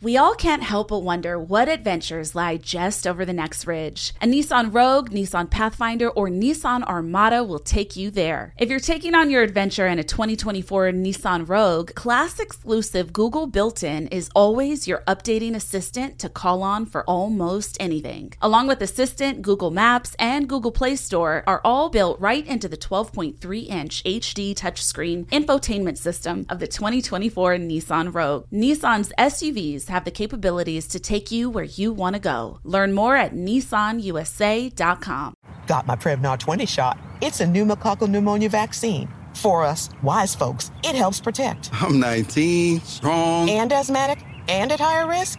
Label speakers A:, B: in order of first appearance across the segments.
A: We all can't help but wonder what adventures lie just over the next ridge. A Nissan Rogue, Nissan Pathfinder, or Nissan Armada will take you there. If you're taking on your adventure in a 2024 Nissan Rogue, class exclusive Google built in is always your updating assistant to call on for almost anything. Along with Assistant, Google Maps, and Google Play Store are all built right into the 12.3 inch HD touchscreen infotainment system of the 2024 Nissan Rogue. Nissan's SUVs have the capabilities to take you where you want to go. Learn more at nissanusa.com.
B: Got my Prevnar 20 shot. It's a pneumococcal pneumonia vaccine. For us, wise folks, it helps protect.
C: I'm 19, strong,
B: and asthmatic, and at higher risk.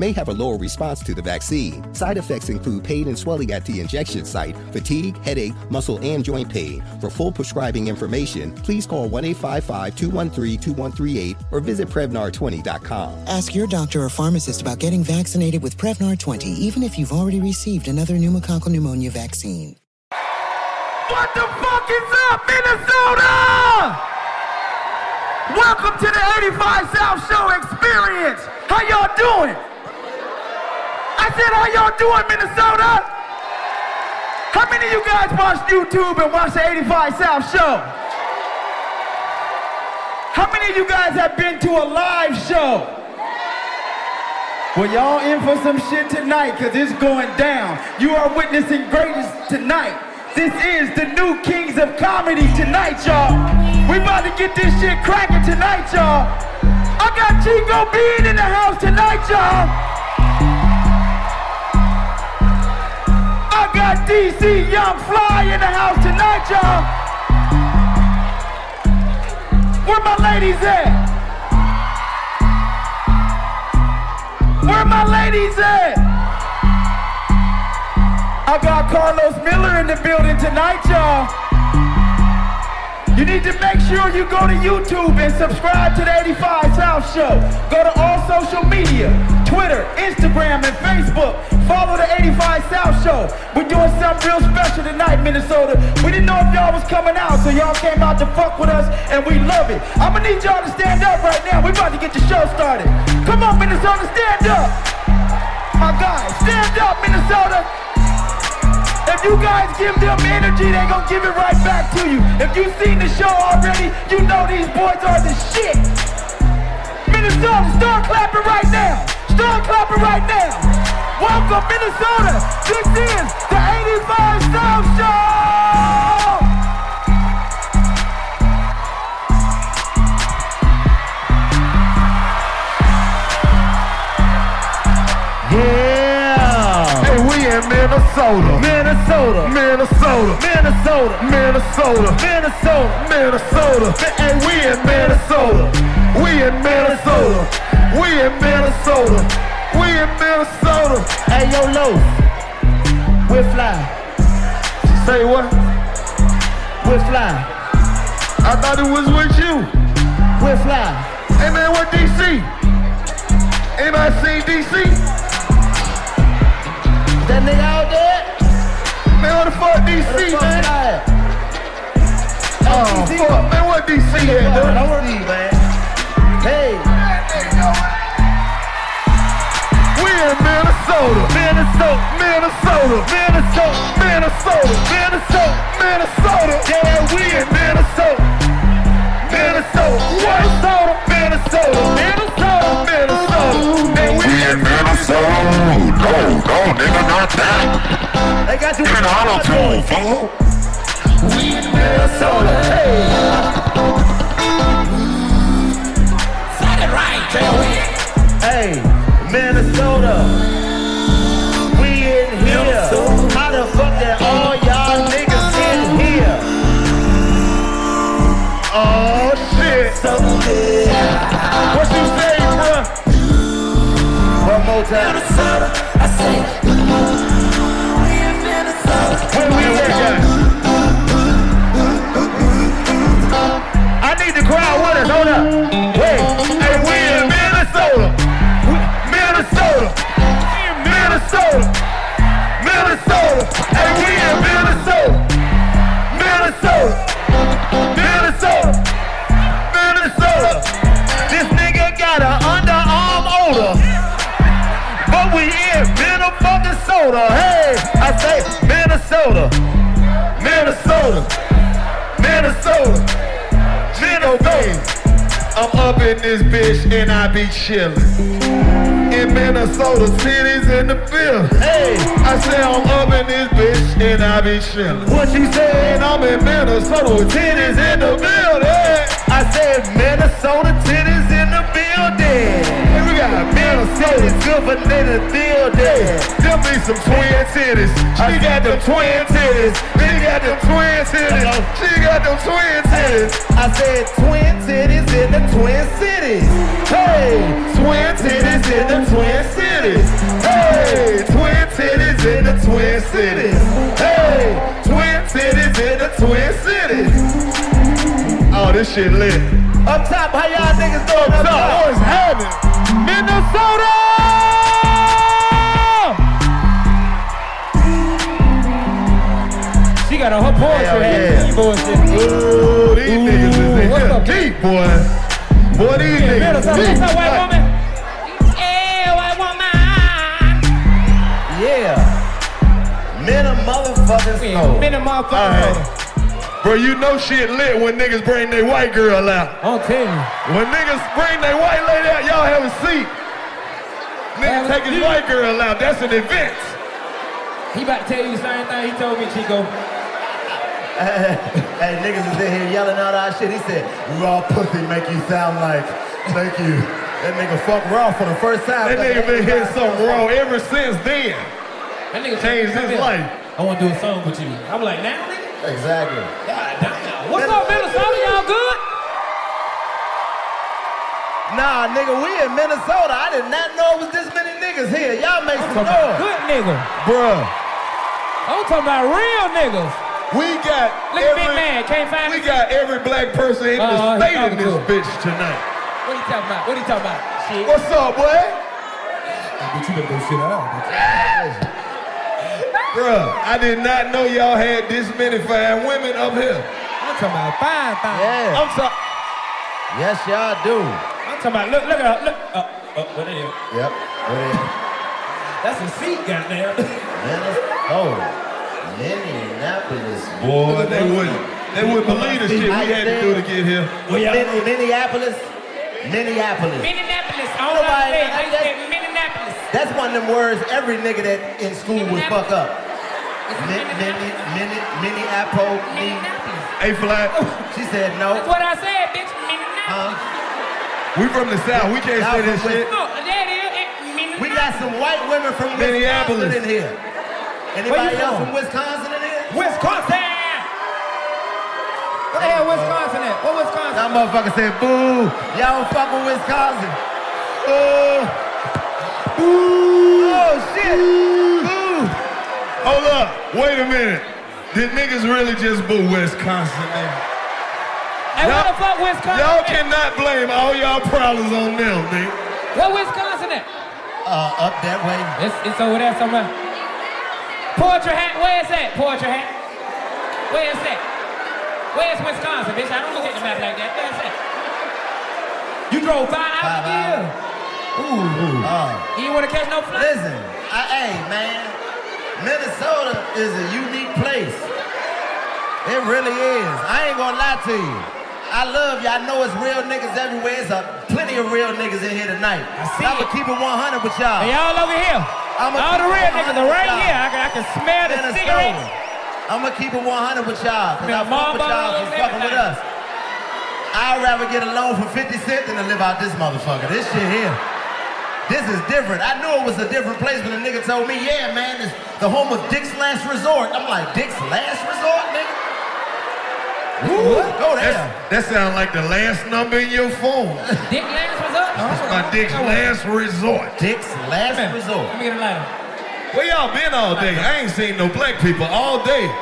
D: may have a lower response to the vaccine. Side effects include pain and swelling at the injection site, fatigue, headache, muscle, and joint pain. For full prescribing information, please call 1 855 213 2138 or visit Prevnar 20 20.com.
E: Ask your doctor or pharmacist about getting vaccinated with Prevnar 20, even if you've already received another pneumococcal pneumonia vaccine.
F: What the fuck is up, Minnesota? Welcome to the 85 South Show experience. How y'all doing? I said, how y'all doing, Minnesota? How many of you guys watch YouTube and watch the 85 South Show? How many of you guys have been to a live show? Well, y'all in for some shit tonight because it's going down. You are witnessing greatness tonight. This is the new kings of comedy tonight, y'all. We about to get this shit cracking tonight, y'all. I got Chico Bean in the house tonight, y'all. I got DC Young Fly in the house tonight, y'all. Where my ladies at? Where my ladies at? I got Carlos Miller in the building tonight, y'all. You need to make sure you go to YouTube and subscribe to the 85 South Show. Go to all social media, Twitter, Instagram, and Facebook. Follow the 85 South Show. We're doing something real special tonight, Minnesota. We didn't know if y'all was coming out, so y'all came out to fuck with us, and we love it. I'm gonna need y'all to stand up right now. We're about to get the show started. Come on, Minnesota, stand up. My guys, stand up, Minnesota. If you guys give them energy, they gonna give it right back to you. If you've seen the show already, you know these boys are the shit. Minnesota, start clapping right now. Start clapping right now. Welcome, Minnesota. This is the 85 South Show.
G: Yeah. Hey, we in Minnesota. Minnesota. Minnesota. Minnesota. Minnesota. Minnesota. Minnesota. Hey, we in Minnesota. We in Minnesota. We in Minnesota. We in Minnesota. Hey, yo, low. We're fly. Say what? We're fly. I thought it was with you. We're fly. Hey, man, what DC? Anybody seen DC? That nigga out there? Man, what the fuck DC, man? Oh, fuck, man, what DC at, dude? I want man. Hey. We in Minnesota, Minnesota, Minnesota, Minnesota, Minnesota, Minnesota, Minnesota. Yeah, we in Minnesota. Minnesota, Minnesota, Minnesota, Minnesota, Minnesota. Man, we
H: No, no, nigga, not that.
F: They got you
H: An auto tune, fool.
F: We in Minnesota. Hey,
H: Set it right, Joey.
F: hey, Minnesota. We in here. How the fuck that all y'all niggas in here? Oh shit. What you say, bruh? One more time. Where we work at? I need the crowd with us. Hold up. Hey, hey, we in Minnesota. We, Minnesota. We in Minnesota. Minnesota. Hey, we in Minnesota. Minnesota. Minnesota. Minnesota. This nigga got an underarm odor. But we in Minnesota. Hey, I say Minnesota. Minnesota. Minnesota. Minnesota. I'm up in this bitch and I be chillin'. In Minnesota, cities in the field. Hey, I say I'm up in this bitch and I be chillin'. What you sayin'? I'm in Minnesota, cities in the building. I said Minnesota, cities in the building. Hey, we got Minnesota, good for niggas building. Them be some twin titties. She got them twin titties. She got them twin titties. She got them twin titties. I said twin titties in the twin cities. Hey, twin titties in the twin cities. Hey, twin titties in the twin cities. Hey, twin titties in the twin cities. Oh, this shit lit. Up top, how y'all niggas doing? Up top, what is happening? Minnesota!
I: She got on her
F: Hell
I: poetry
F: yeah.
I: hat. Keyboard shit.
F: Ooh, these niggas is in
I: what's
F: here
I: up?
F: deep, boy. Boy, these niggas
I: Minnesota,
F: deep.
I: what's up, white woman? Yeah, white woman.
F: Yeah. Men a motherfuckers know.
I: Been a motherfucker.
F: Alright. Bro, you know shit lit when niggas bring their white girl out.
I: I'll tell you.
F: When niggas bring their white lady out, y'all have a seat. Nigga
I: Have a
F: take his
I: seat.
F: white girl out. That's an event.
I: He about to tell you the same thing he told me, Chico.
F: Hey, niggas is in here yelling out our shit. He said, raw pussy make you sound like, thank you. That nigga fuck raw for the first time. That nigga been hitting something raw ever since then.
I: That nigga
F: Changed his life.
I: I want to do a song with you. I'm like, now, nigga?
F: Exactly.
I: God damn. What's up, Minnesota? Y'all good?
F: Nah, nigga, we in Minnesota. I did not know it was this many niggas here. Y'all make
I: I'm
F: some
I: talking about
F: noise.
I: good niggas.
F: Bruh,
I: I'm talking about real niggas.
F: we got
I: Look at
F: every,
I: Big Man. Can't find
F: we
I: me.
F: got every black person in
I: Uh-uh,
F: the
I: he
F: state in
I: talking
F: this
I: to
F: bitch tonight.
I: What are you talking about? What are you talking about? Shit.
F: What's up, boy?
I: But you better go sit down.
F: Bruh, I did not know y'all had this many fine women up here.
I: I'm talking about fine, fine.
F: Yeah.
I: I'm, talk-
F: Yes, y'all do.
I: I'm talking about, look, look at her. Look. Uh, uh, what the hell?
F: Yep.
I: That's a seat, goddamn.
F: Minnesota. Oh, Minneapolis. Boy, they wouldn't. They wouldn't believe the shit we had to do to get here.
I: Well, y'all know.
F: Minneapolis. Minneapolis.
I: Minneapolis. I
F: Nobody-
I: don't know what they- I
F: that's-
I: said Minneapolis.
F: That's one of them words every nigga that in school would fuck up. Min, mini, mini, mini, apple, me.
I: Minneapolis.
F: A flat. She said
I: That's
F: no. uh-huh.
I: what I said, bitch. Minneapolis.
F: We from the south. We can't say this shit.
I: No, that is it. Minneapolis.
F: Uh, We got some white women from
I: Minneapolis.
F: Wisconsin in here. Anybody
I: you
F: else
I: from?
F: from Wisconsin in here?
I: Wisconsin. Where the hell Wisconsin at? What Wisconsin?
F: Y'all motherfuckers said boo. Y'all don't fuck with Wisconsin. Boo. Boo. Oh shit. Boo. Hold up. Wait a minute. Did niggas really just boo Wisconsin? Man?
I: Hey, where the fuck Wisconsin
F: Y'all
I: at?
F: cannot blame all y'all problems on them, nigga.
I: Where Wisconsin at?
F: Uh, up that way.
I: It's, it's over there somewhere. Poetry hat, where is that? Poetry hat. Where is that? Where's Wisconsin, bitch? I don't look at the map like that. Where is that? You drove five hours
F: Five Uh.
I: to get here.
F: Ooh.
I: You didn't want to catch no flight?
F: Listen, I, hey man, Minnesota is a unique place. It really is. I ain't gonna lie to you. I love you. I know it's real niggas everywhere. There's a, plenty of real niggas in here tonight.
I: I see
F: am
I: it.
F: gonna keep it 100 with y'all.
I: They all over here.
F: I
J: I'm All the real niggas are right here. I can, I can smell the cigarettes.
C: I'm gonna keep it 100 with y'all, cause
J: Man,
C: I fuck with y'all
J: Marlboros,
C: for fucking with us.
J: everything.
C: I'd rather get a loan for 50 cent than to live out this motherfucker. This shit here. This is different. I knew it was a different place when the nigga told me, yeah, man, it's the home of Dick's Last Resort. I'm like, Dick's Last Resort, nigga? Woo, go there.
G: That sounds like the last number in your phone.
J: Dick Lance was up.
G: That's my Dick's last resort.
C: Dick's last resort.
J: Let me get a lighter.
G: Where y'all been all day? I ain't seen no black people all day.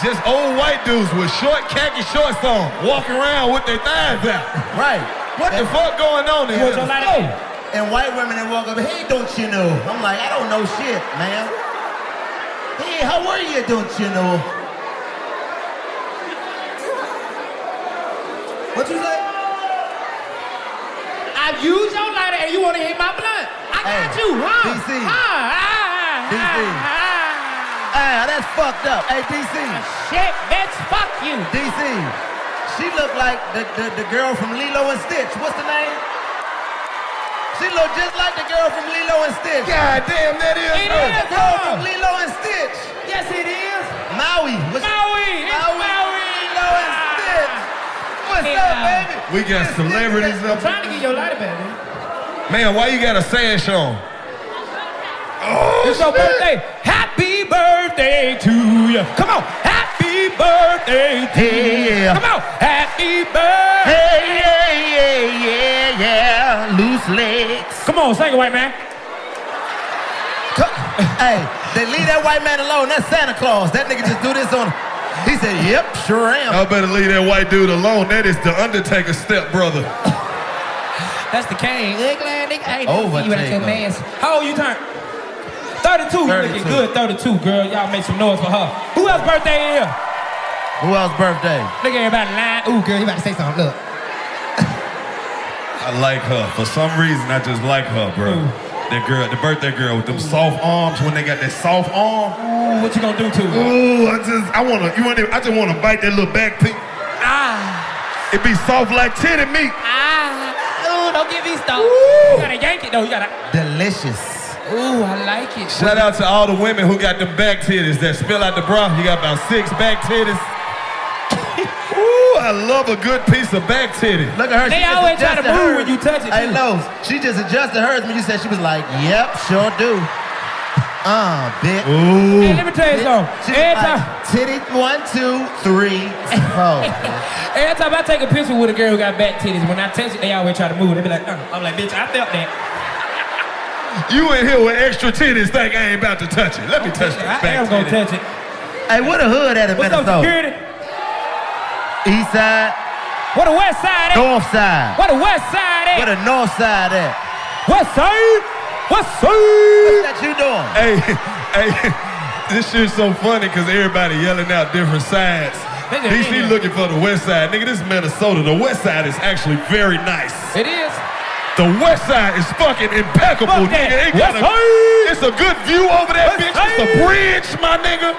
G: Just old white dudes with short khaki shorts on, walking around with their thighs out.
C: Right.
G: What the fuck going on in here?
J: Oh.
C: And white women that walk up, hey, don't you know? I'm like, I don't know shit, man. Hey, how are you, don't you know? What you say?
J: I use your lighter and you want to hit my blunt. I got you, huh?
C: DC.
J: Huh? Ah,
C: DC. Ah, that's fucked up. Hey, DC.
J: Shit, bitch, fuck you.
C: DC. She look like the, the, the girl from Lilo and Stitch. What's the name? She look just like the girl from Lilo and Stitch.
G: God damn, that is
J: It
G: her.
J: is
C: The girl
J: her.
C: from Lilo and Stitch.
J: Yes, it is.
C: Maui. What's
J: Maui. It's
C: Maui.
J: Maui.
C: Lilo and Stitch. What's
J: Yeah.
C: up, baby?
G: We got celebrities
J: I'm
G: up.
J: trying to get your lighter back, man.
G: Man, why you got a sash on? Oh,
J: It's your
G: shit.
J: birthday. Happy birthday to you. Come on. Happy birthday to you.
C: Yeah.
J: Come on. Happy birthday.
C: yeah, yeah, yeah, yeah. Loose legs.
J: Come on, sing it, white man.
C: hey, they leave that white man alone. That's Santa Claus. That nigga just do this on. He said, "Yep, sure am."
G: I better leave that white dude alone. That is the Undertaker step brother.
J: That's the cane. Look, man, nigga, I ain't
C: Overtake
J: see you at your
C: her.
J: man's. How old you turn? 32. You looking
C: 32.
J: good, 32, girl. Y'all make some noise for her. Who else birthday is?
C: Who else's birthday?
J: Look at everybody lying. Ooh, girl, you about to say something. Look.
G: I like her. For some reason, I just like her, bro. That girl, the birthday girl with them soft arms when they got that soft arm.
J: Ooh, what you gonna do to her?
G: Ooh, I just, I wanna, you want I just wanna bite that little back piece.
J: Ah,
G: It be soft like titty meat.
J: ah. Ooh, don't get me started. You gotta yank it, though. You gotta.
C: Delicious.
J: Ooh, I like it.
G: Shout out to all the women who got them back titties that spill out the bra. You got about six back titties. Ooh, I love a good piece of back titty.
C: Look at her.
J: They
C: she just
J: always try to
C: adjusted
J: move
C: hers.
J: when you touch it,
C: Hey,
J: too.
C: Lowe's, she just adjusted hers when you said she was like, "Yep, sure do." Uh, bitch.
G: Ooh.
J: Hey, let me tell
C: She
J: you something.
C: was
J: Oh, Every
C: like,
J: time,
C: titty one, two, three, four.
J: every time I take a picture with a girl who got back titties, when I touch it, they always try to move. They be like, uh. I'm like, bitch, I felt that.
G: You in here with extra titties think I ain't about to touch it. Let me touch that
J: I
G: back
J: am gonna
G: titty.
J: touch it.
C: hey, what a hood at in
J: What's up,
C: Minnesota.
J: security?
C: East side,
J: What the west side at?
C: north side.
J: What the west side
C: What
J: at?
C: a north side at?
J: West side? West
C: What
J: side?
C: that you doing?
G: Hey, hey, this shit's so funny because everybody yelling out different sides.
J: Nigga,
G: DC
J: nigga.
G: looking for the west side. Nigga, this is Minnesota. The west side is actually very nice.
J: It is.
G: The west side is fucking impeccable,
J: Fuck that.
G: nigga. It got
J: West
G: a-
J: side.
G: it's a good view over that
J: West
G: bitch. It's a
J: side.
G: bridge, my nigga.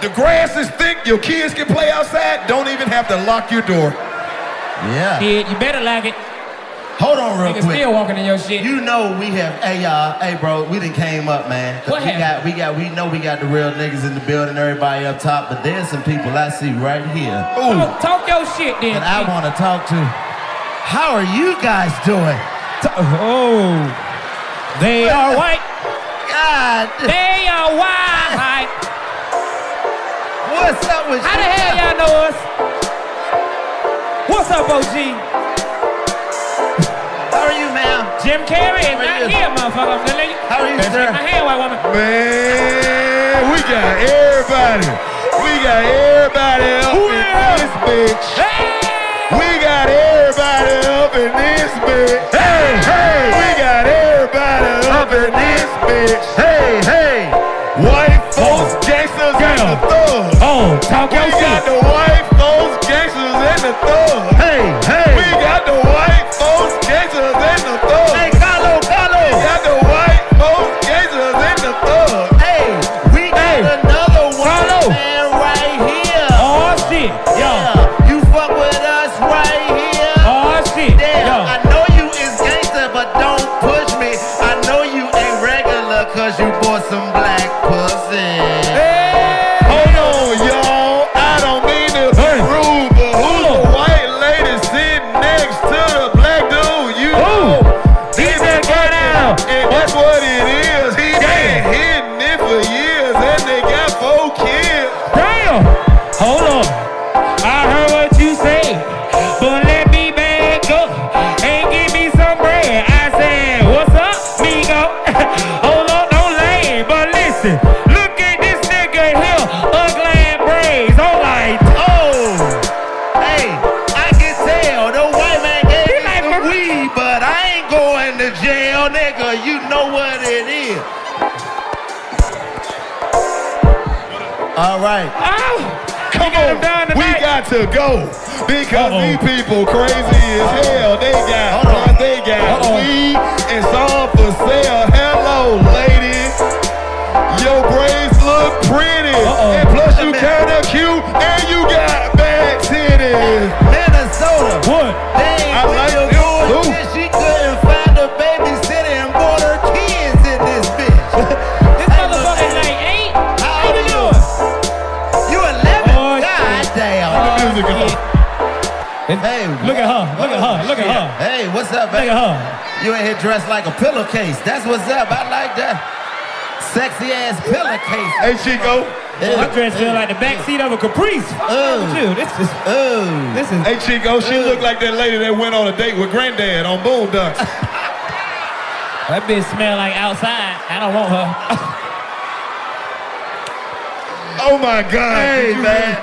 G: The grass is thick. Your kids can play outside. Don't even have to lock your door.
C: Yeah.
J: Kid, you better like it.
C: Hold on real
J: Nigga
C: quick.
J: still walking in your shit.
C: You know we have, hey y'all, hey bro, we done came up, man. 'Cause
J: What
C: we got,
J: happened?
C: we got, we know we got the real niggas in the building, everybody up top, but there's some people I see right here
G: Ooh.
J: Talk, talk your shit then.
C: that I
J: kid.
C: want to talk to. How are you guys doing?
J: To- oh. They are white.
C: God,
J: They are white.
C: what's up with
J: How
C: you?
J: the hell y'all know us? What's up, OG?
C: How are you, ma'am?
J: Jim Carrey is not
C: you?
J: here, motherfucker. I'm telling you.
C: How are you,
J: Shake my
C: sir?
J: hand, white woman.
G: Man, we got everybody. We got everybody up
J: Who
G: in
J: else?
G: this bitch.
J: Hey!
G: We got everybody up in this bitch. Hey, hey. We got everybody up in this bitch. Hey, hey. White folks, gangsters, and the thugs.
J: Oh, talk
G: We
J: your
G: got
J: shit.
G: the white folks, gangsters, and the thugs. Hey, hey. We got the white folks, gangsters, and the thugs.
C: Hey, Carlo,
G: We
C: Carlo.
G: got the white folks, gangsters, and the thugs.
C: Hey, we got
J: Hey.
C: another one,
J: Carlo.
C: man, right here.
J: Oh, shit. Yo.
C: Yeah, you fuck with us right here.
J: Oh, shit.
C: Damn, I
J: Yo.
C: know you is gangster, but don't push me. I know you ain't regular, cause you bought
G: Oh,
J: oh.
C: what it is. All right.
G: Come on, we got to go because these people crazy as hell. They got, they got weed. It's all for sale. Hello, lady. Your braids look pretty, and plus you kinda cute, and you got bad titties.
C: Minnesota.
G: What? I like your
C: She couldn't find a babysitter and bought her kids in this bitch. this motherfucker like eight. How old are you? You 11?
J: Oh,
C: God damn. Hey,
J: Look at her. Look at her. Look at her.
C: Hey, what's up, baby? Look at her. You in here dressed like a pillowcase. That's what's up. I like that. Sexy ass pillowcase.
G: Hey, Chico.
C: Yeah.
J: I dress feel like the back seat of a Caprice. What's wrong with you? This is this is
G: Hey Chico, she looked like that lady that went on a date with Granddad on Boondocks.
J: that bitch smell like outside. I don't want her.
G: oh my God!
C: Hey
G: Did you
C: man,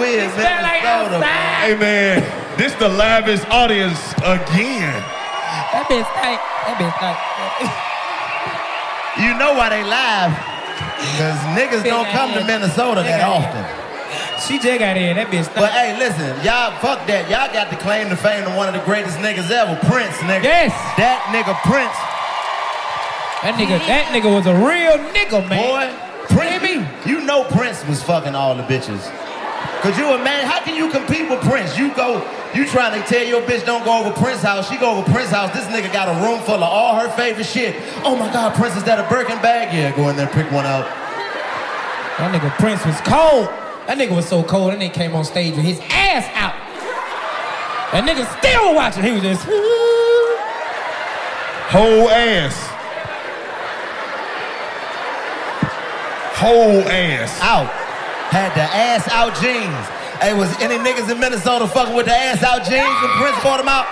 C: we in
G: smell like
C: Minnesota. man.
G: Hey man, this the livest audience again.
J: That bitch tight. That bitch tight.
C: You know why they live? Cause niggas don't come to Minnesota that often.
J: She just got in. That bitch
C: But
J: tight.
C: hey, listen, y'all fuck that. Y'all got to claim the fame of one of the greatest niggas ever, Prince, nigga.
J: Yes.
C: That nigga Prince,
J: That nigga. That nigga was a real nigga, man.
C: boy. Prince, you know Prince was fucking all the bitches. Could you imagine? How can you compete with Prince? You go, you trying to tell your bitch don't go over Prince house. She go over Prince house. This nigga got a room full of all her favorite shit. Oh my God, Prince is that a Birkin bag? Yeah, go in there, pick one out.
J: That nigga Prince was cold. That nigga was so cold. That nigga came on stage with his ass out. That nigga still watching. He was just.
G: Whole ass. Whole ass.
C: out. Had the ass out jeans. Hey, was any niggas in Minnesota fucking with the ass out jeans when Prince bought them out?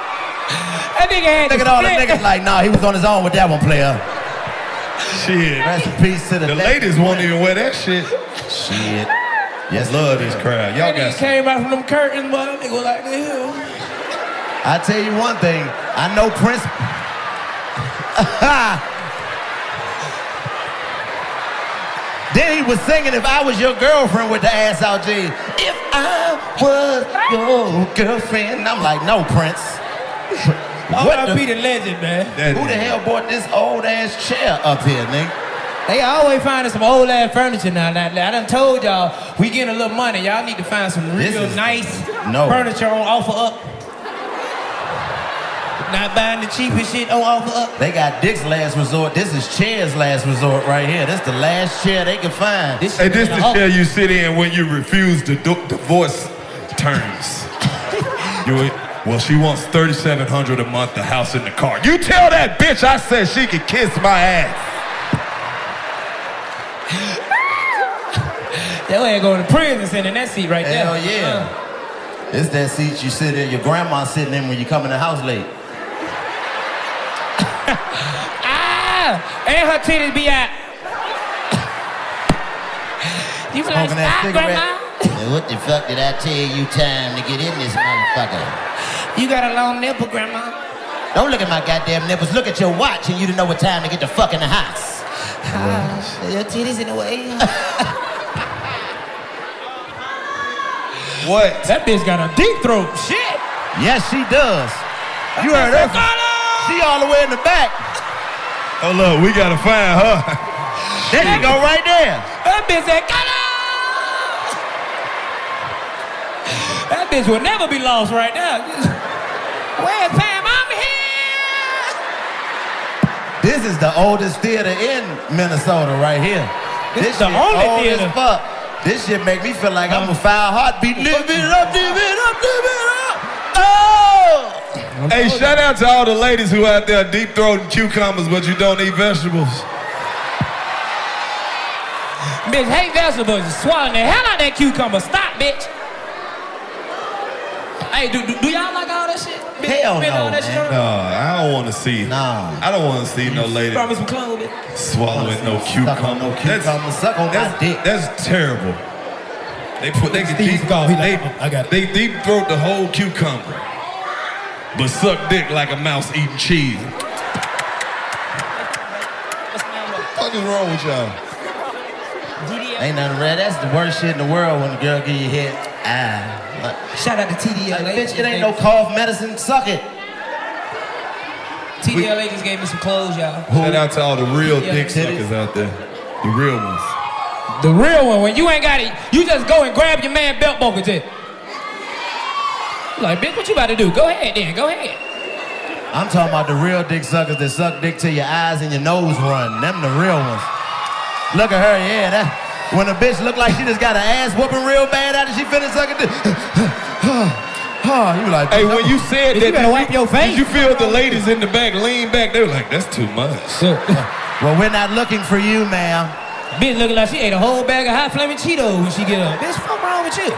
J: That nigga had.
C: Look
J: the
C: at all the
J: split.
C: niggas like, nah, he was on his own with that one, player.
G: Shit.
C: Rest in peace to the,
G: The ladies won't even wear that shit.
C: Shit. Yes,
G: Love this crowd. Y'all
J: That
G: got
J: nigga
G: some.
J: came out from them curtains, but that nigga was like, "Ew."
C: I tell you one thing. I know Prince. then he was singing "If I Was Your Girlfriend" with the ass out jeans. If I was your girlfriend, I'm like, no, Prince. What the
J: R.I.P. the legend, man.
G: That
C: Who the
G: nigga.
C: hell bought this old ass chair up here, nigga?
J: They always finding some old ass furniture now. Now, now, I done told y'all, we getting a little money. Y'all need to find some
C: This
J: real
C: is-
J: nice
C: No.
J: furniture on offer up. Not buying the cheapest shit on offer up.
C: They got Dick's last resort. This is Chair's last resort right here. This the last chair they can find.
J: This
G: Hey,
J: shit
G: this
J: been
G: the
J: up.
G: chair you sit in when you refuse to do divorce terms. you well, she wants thirty-seven hundred a month, the house and the car. You tell that bitch I said she could kiss my ass.
J: That way going to prison sitting in that seat right
C: Hell
J: there.
C: yeah. It's that seat you sit in, your grandma sitting in when you come in the house late.
J: Uh, Ah! And her titties be out. you like,
C: Smoking that
J: ah, grandma?
C: cigarette. Hey, what the fuck did I tell you time to get in this motherfucker?
J: You got a long nipple, grandma.
C: Don't look at my goddamn nipples. Look at your watch and you don't know what time to get the fuck in the house.
J: Your titties in the way.
G: What?
J: That bitch got a deep throat. Shit.
C: Yes, she does. You heard her. She all the way in the back.
G: Oh look, we gotta find her.
C: There she go right there.
J: That bitch said, "Got That bitch will never be lost right now. Where's Pam? I'm here.
C: This is the oldest theater in Minnesota right here.
J: This is the only
C: old
J: theater.
C: As fuck. This shit make me feel like I'm a foul heartbeat. Live it up, live it up, live it up. Oh!
G: Hey, shout out to all the ladies who out there deep throating cucumbers, but you don't eat vegetables.
J: Bitch, hate vegetables. Just swallowing the hell out that cucumber. Stop, bitch. Hey, do, do, do y'all like all that shit? Bitch,
C: Hell
J: been
C: no,
J: all that shit
C: man.
J: on-
G: No, Uh, I don't want to see.
C: Nah.
G: I don't want to see no lady
J: Promise some clothes, bitch.
G: swallowing no cucumber.
C: Suck on no cucumber, suck on my
G: that's,
C: dick.
G: That's terrible. They put they can
J: Steve's
G: deep
J: gone. He
G: they,
J: like, "Oh, I got it."
G: they deep throat the whole cucumber, but suck dick like a mouse eating cheese.
C: fuck is wrong with y'all? Ain't nothing rare. That's the worst shit in the world when a girl give you hit. Ah. Like,
J: Shout out to TDLA.
C: like, bitch, it ain't no cough medicine. Suck it.
J: TDLA just gave me some clothes, y'all.
G: Shout out to all the real
J: Yeah.
G: dick suckers out there. The real ones.
J: The real one, when you ain't got it, you just go and grab your man belt buckle just. Like, bitch, what you about to do? Go ahead then, go ahead.
C: I'm talking about the real dick suckers that suck dick till your eyes and your nose run. Them the real ones. Look at her, yeah. That, when a bitch look like she just got her ass whooping real bad after she finished sucking dick. you like,
G: Hey, when you said
C: You
G: that,
C: better
G: did
C: wipe your face.
G: Did you feel the ladies in the back lean back? They were like, that's too much.
C: well, we're not looking for you, ma'am.
J: Bitch looking like she ate a whole bag of hot flaming Cheetos when she get up. Bitch, fuck wrong with you?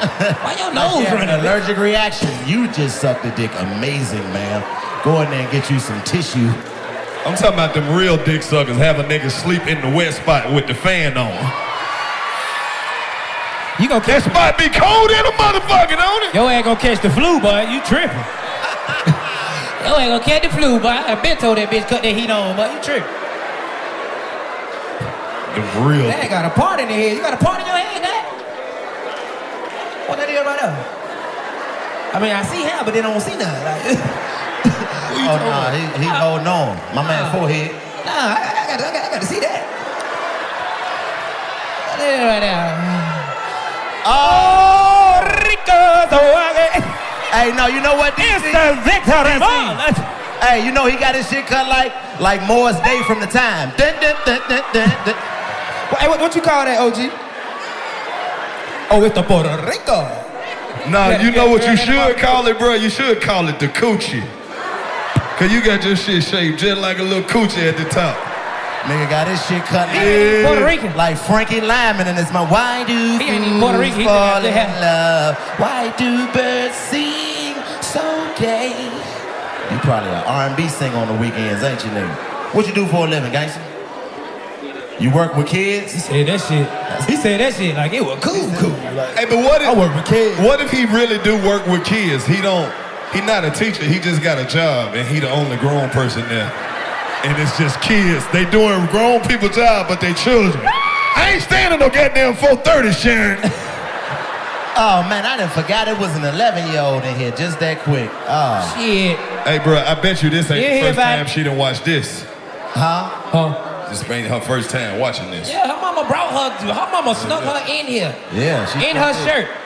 J: Why your
C: Like you
J: nose
C: have
J: running?
C: an allergic reaction. You just sucked a dick. Amazing, man. Go in there and get you some tissue.
G: I'm talking about them real dick suckers have a nigga sleep in the wet spot with the fan on.
J: You gonna
G: catch that spot be cold in a motherfucker, don't it?
J: Yo ain't gonna catch the flu, boy. You tripping. Yo ain't gonna catch the flu, boy. I been told that bitch cut that heat on, boy. You tripping.
G: The real.
J: That got a part in the head. You got a part in your head, that? What that is right there? I mean, I see him, but then I don't see none. Like,
C: Oh, nah, he, he holding on. My man forehead.
J: Nah, I, I, gotta, I, gotta, I gotta see that. What that is right there? Oh, Rico
C: Hey, no, you know what? It's the
J: victory
C: Hey, you know he got his shit cut like like Morris Day from the time. Dun, dun, dun, dun, dun, dun.
J: Hey, what, what you call that, OG? Oh, it's the Puerto Rico.
G: Nah,
J: Yeah,
G: you know
J: yeah,
G: what you
J: yeah, yeah.
G: should call it, bro? You should call it the coochie. Cause you got your shit shaped just like a little coochie at the top.
C: Nigga got his shit cut
G: Yeah.
J: Rican.
C: Like Frankie Lyman, and it's my why do
J: He ain't even Puerto
C: fools
J: Rican, he just
C: fall
J: got the
C: in
J: hair.
C: love? Why do birds sing so gay? You probably an R&B singer on the weekends, ain't you, nigga? What you do for a living, gangster? You work with kids? He
J: said that shit. He said that shit like it was cool, cool.
G: Hey, but what if I
C: work with kids.
G: What if he really do work with kids? He don't. He not a teacher. He just got a job, and he the only grown person there. And it's just kids. They doing grown people job, but they children. I ain't standing no goddamn 430, Sharon.
C: Oh man, I done forgot it was an 11 year old in here just that quick. Oh.
J: Shit.
G: Hey, bro, I bet you this ain't
C: You
G: the
C: hear
G: first
C: about-
G: time she done watched this.
C: Huh?
J: Huh?
G: This ain't her first time watching this.
J: Yeah, her mama brought her. Her mama snuck her in here.
G: Yeah, she
J: in her
G: snuck in.
J: shirt.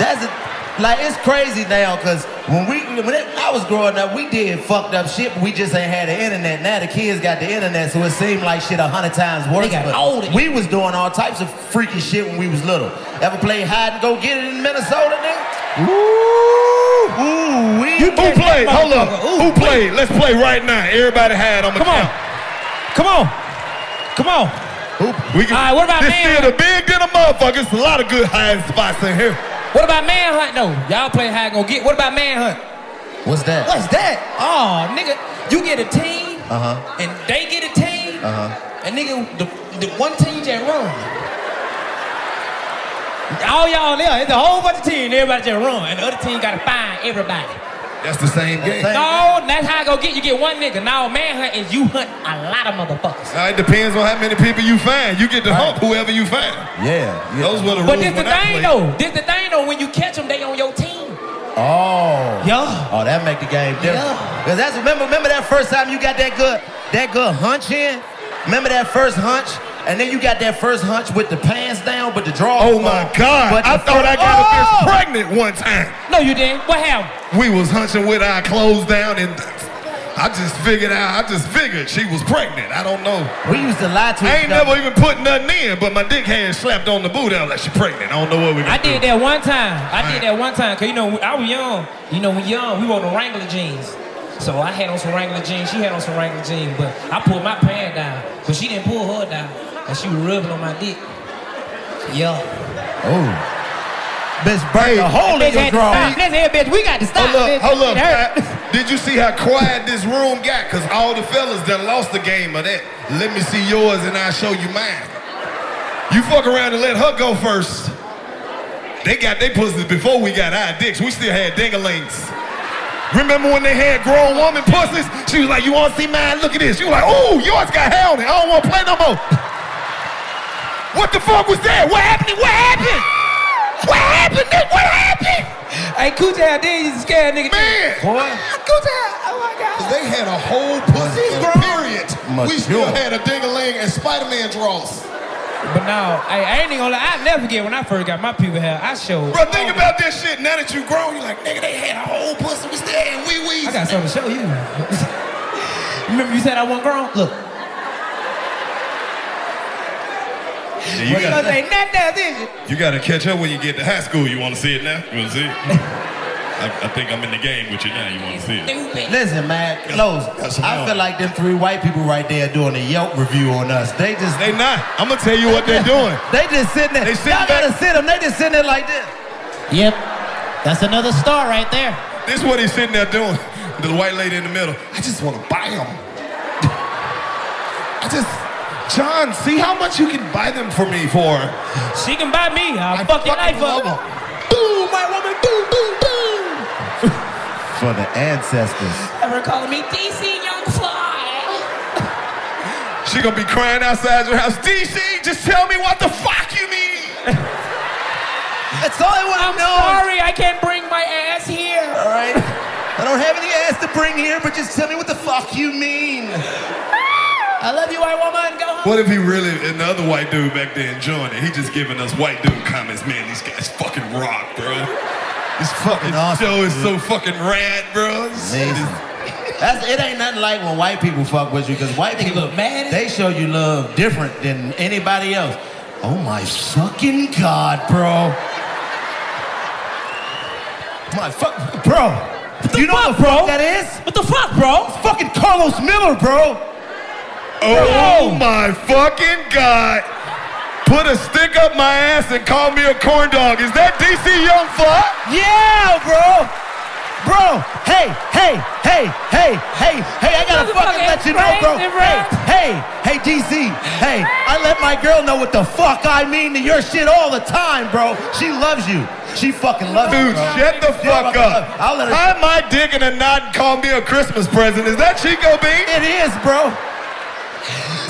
C: That's a, like it's crazy now because when we when it, I was growing up, we did fucked up shit. But we just ain't had the internet. Now the kids got the internet, so it seemed like shit a hundred times worse.
J: got
C: but
J: all the-
C: we was doing all types of freaky shit when we was little. Ever play hide and go get it in Minnesota, nigga? Ooh, ooh, we.
G: Who played? Hold up. Who played? Let's play right now. Everybody had on the Come on.
J: Come on. Come on.
G: We can,
J: All right, what about
G: this
J: man?
G: shit a big than a motherfucker. It's a lot of good hiding spots in here.
J: What about manhunt though? Y'all play high gonna get. What about manhunt?
C: What's that?
J: What's that? Oh, nigga, you get a team
G: Uh-huh.
C: Uh huh.
J: and they get a team,
C: Uh huh.
J: and nigga, the, the one team just run. All y'all there, it's a whole bunch of team. Everybody just run, and the other team gotta find everybody.
G: That's the same game.
J: No, that's how I go get. You get one nigga. Now manhunt is you hunt a lot of motherfuckers.
G: Now, Uh, it depends on how many people you find. You get to hump whoever you find.
C: Yeah.
G: Those were the
J: But
G: rules.
J: this the
G: when I
J: thing
G: played.
J: though. This the thing though. When you catch them, they on your team.
C: Oh.
J: Yeah.
C: Oh, that make the game different.
J: Yeah.
C: Cause that's remember, remember that first time you got that good, that good hunch in. Remember that first hunch, and then you got that first hunch with the pants down, but the draw.
G: Oh my God! I thought I got
J: Oh!
G: a bitch pregnant one time.
J: No, you didn't. What happened?
G: We was hunching with our clothes down, and I just figured out. I just figured she was pregnant. I don't know.
C: We used to lie to
G: I
C: each
G: ain't
C: other.
G: never even put nothing in, but my dick hand slapped on the boot. I was like, she pregnant. I don't know what we.
J: I
G: gonna do.
J: did that one time. I did that one time because you know when I was young. You know when young, we wore the Wrangler jeans. So I had on some Wrangler jeans. She had on some Wrangler jeans, but I pulled my pants down, but she didn't pull her down, and she was rubbing on my dick. Yeah.
C: Oh. Bitch, burn the hole in
J: Bitch
C: your
J: had to
C: draw.
J: stop. Listen here, bitch. We got to stop.
G: Hold up,
J: bitch.
G: hold up.
J: It hurt.
G: I- did you see how quiet this room got? Cause all the fellas that lost the game of that. Let me see yours and I'll show you mine. You fuck around and let her go first. They got they pussies before we got our dicks. We still had dingalings. Remember when they had grown woman pussies? She was like, you want to see mine? Look at this. You like, ooh, yours got hair on it. I don't want to play no more. What the fuck was that? What happened? What happened? What happened? Nick? What happened?
J: Hey, Cooch out there, you scared nigga. Man.
G: What?
J: Cooch out. Oh my God.
K: They had a whole pussy period. We still
J: Mature.
K: had a ding-a-ling and Spider-Man draws.
J: But no, hey, I ain't even gonna lie. I never forget when I first got my pubic hair. I showed.
G: Bro, think about that shit. Now that you grown, you like, nigga, they had a whole pussy. We still had wee wees.
J: I got something to show you. Remember you said I wasn't grown? Look.
G: you,
J: Well, you gonna say
G: gotta,
J: nothing else, is you?
G: you gotta catch up when you get to high school. You wanna see it now? You wanna see it? I, I think I'm in the game with you now. You wanna see it?
C: Listen, man, close. I feel like them three white people right there doing a Yelp review on us. They just they
G: not. I'm gonna tell you what they're doing.
C: they just sitting there. They Y'all gotta sit them. They just sitting there like this.
L: Yep. That's another star right there.
G: This is what he's sitting there doing. The white lady in the middle. I just wanna buy them. I just, John, see how much you can buy them for me for.
J: She can buy me. I'll fuck your life up.
G: Boom, my woman. Boom, boom, boom.
C: For the ancestors.
J: Ever calling me DC Young Fly?
G: She gonna be crying outside your house. DC, just tell me what the fuck you mean.
C: That's all I want
J: I'm sorry, I can't bring my ass here.
C: All right. I don't have any ass to bring here, but just tell me what the fuck you mean.
J: I love you, white woman. Go home.
G: What if he really, and the other white dude back there enjoying it, he just giving us white dude comments, man, these guys fucking rock, bro. This fucking show is so fucking rad, bro. This shit
C: Amazing.
G: is-
C: That's it. Ain't nothing like when white people fuck with you because white people mad. They show you love different than anybody else. Oh my fucking god, bro. My fuck, bro. you know what, the fuck that is? What the fuck, bro? It's fucking Carlos Miller, bro.
G: Oh my fucking God. Put a stick up my ass and call me a corn dog. Is that DC Young Fly?
C: Yeah, bro. Bro, hey, hey, hey, hey, hey, hey, I gotta fucking let you know, bro. Hey, hey, hey, DC, hey, I let my girl know what the fuck I mean to your shit all the time, bro. She loves you. She fucking loves you.
G: Dude,
C: bro.
G: shut the
C: She
G: fuck
C: fucking
G: up.
C: loves- I'll let her.
G: Tie my dick in a knot and call me a Christmas present. Is that Chico B?
C: It is, bro.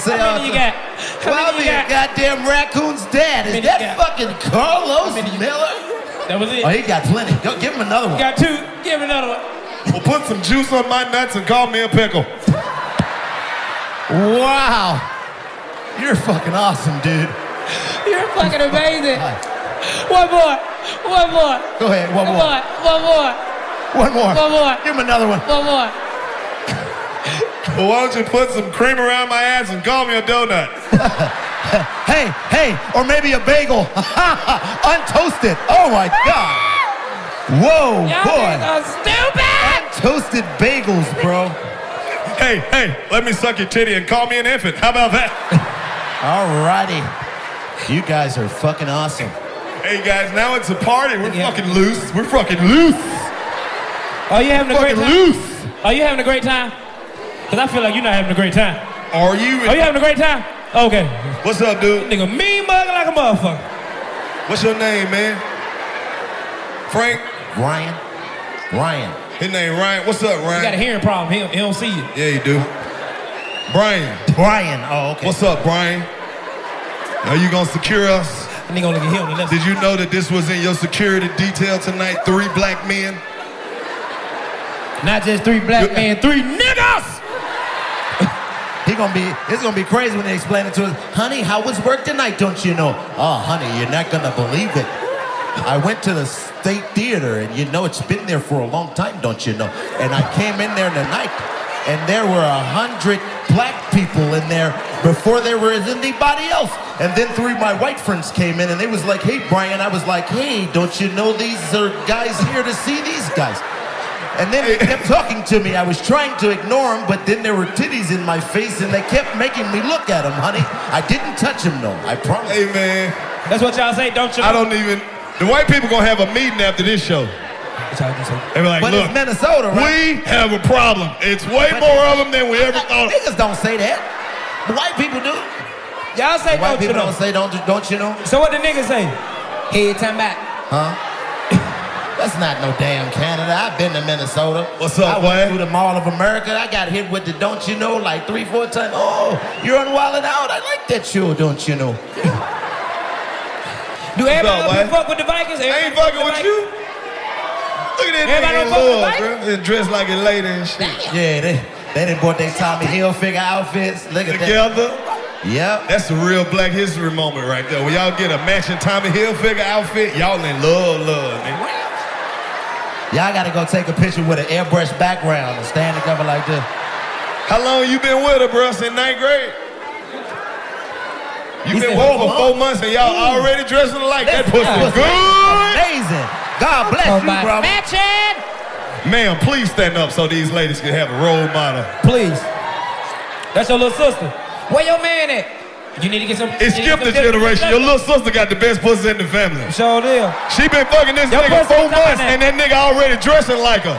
C: Say,
G: How many
C: uh,
G: you got? How many
C: well, I'll
G: you
C: be a
G: got?
C: goddamn raccoon's dad. Is
G: many
C: that
G: you got?
C: fucking Carlos Miller?
J: That was it.
C: Oh, he got plenty. Go give him another one.
J: Got two. Give him another one.
G: Well, put some juice on my nuts and call me a pickle.
C: Wow. You're fucking awesome, dude.
J: You're fucking amazing. One more. One more.
C: Go ahead, one more.
J: One more.
C: One more.
J: One more.
C: Give him another one.
J: One more.
G: Well, why don't you put some cream around my ass and call me a donut?
C: Hey, hey, or maybe a bagel. Untoasted. Oh my god. Whoa,
J: Y'all niggas
C: boy.
J: are stupid.
C: Toasted bagels, bro.
G: Hey, hey, let me suck your titty and call me an infant. How about that?
C: Alrighty. You guys are fucking awesome.
G: Hey guys, now it's a party. We're fucking loose. We're fucking loose.
J: Are you having a great
G: Fucking
J: time?
G: loose.
J: Are you having a great time? Cause I feel like you're not having a great time.
G: Are you?
J: Are Oh, you having a great time? Okay.
G: What's up, dude?
J: Nigga, mean mug like a motherfucker.
G: What's your name, man? Frank?
C: Ryan. Ryan.
G: His name Ryan. What's up, Ryan?
J: You got a hearing problem. He, he don't see you.
G: Yeah, you do. Brian.
C: Brian. Oh, okay.
G: What's up, Brian? Are you gonna secure us?
J: I ain't gonna look at him on the left.
G: Did you know that this was in your security detail tonight? Three black men.
J: Not just three black men, three niggas.
C: He gonna be, it's gonna be crazy when they explain it to us. Honey, how was work tonight? Don't you know? Oh, honey, you're not gonna believe it. I went to the state theater and you know it's been there for a long time, don't you know? And I came in there tonight and there were a hundred black people in there before there was anybody else. And then three of my white friends came in and they was like, hey, Brian. I was like, hey, don't you know these are guys here to see these guys? And then they kept talking to me. I was trying to ignore them, but then there were titties in my face, and they kept making me look at them, honey. I didn't touch them, though. I promise.
G: Hey man,
J: That's what y'all say, don't you?
G: I don't even. The white people gonna have a meeting after this show. They be like,
C: but
G: look,
C: it's Minnesota, right?
G: we have a problem. It's way
C: But-
G: more of them than we ever thought.
C: Niggas don't say that. The white people do.
J: Y'all say
C: The white
J: don't you
C: people
J: know.
C: don't say don't you, don't you know?
J: So what the niggas say? Head time back.
C: Huh? That's not no damn Canada. I've been to Minnesota.
G: What's up,
C: I went through the Mall of America. I got hit with the don't you know like three, four times. Oh, you're on Wildin' Out. I like that show, don't you know?
I: Do everybody
C: up,
I: up here fuck with the Vikings? I ain't fucking with you.
G: Look at that
I: Everybody don't
G: nigga in
I: fuck with the
G: love,
I: Vikings.
G: bro. And dressed like a lady and shit.
C: Yeah, they, they done bought their Tommy Hilfiger outfits. Look at
G: Together.
C: Yep.
G: That's a real Black History moment right there. When y'all get a matching Tommy Hilfiger outfit, y'all in love, love, nigga.
C: that. Y'all gotta go take a picture with an airbrush background and stand and cover like this.
G: How long you been with her, bro? Since ninth grade. You been with her for four months and y'all already dressing alike. That pussy good.
C: Amazing. God bless
G: Oh,
C: you,
G: my
C: brother.
G: Ma'am, please stand up so these ladies can have a role model. Please.
I: That's your little sister. Where your man at? You need to get some.
G: It skipped a generation. Your little sister got the best pussy in the family.
I: Sure did.
G: She been fucking this
I: Your
G: nigga
I: pussy
G: four
I: coming
G: months
I: in.
G: and that nigga already dressing like her.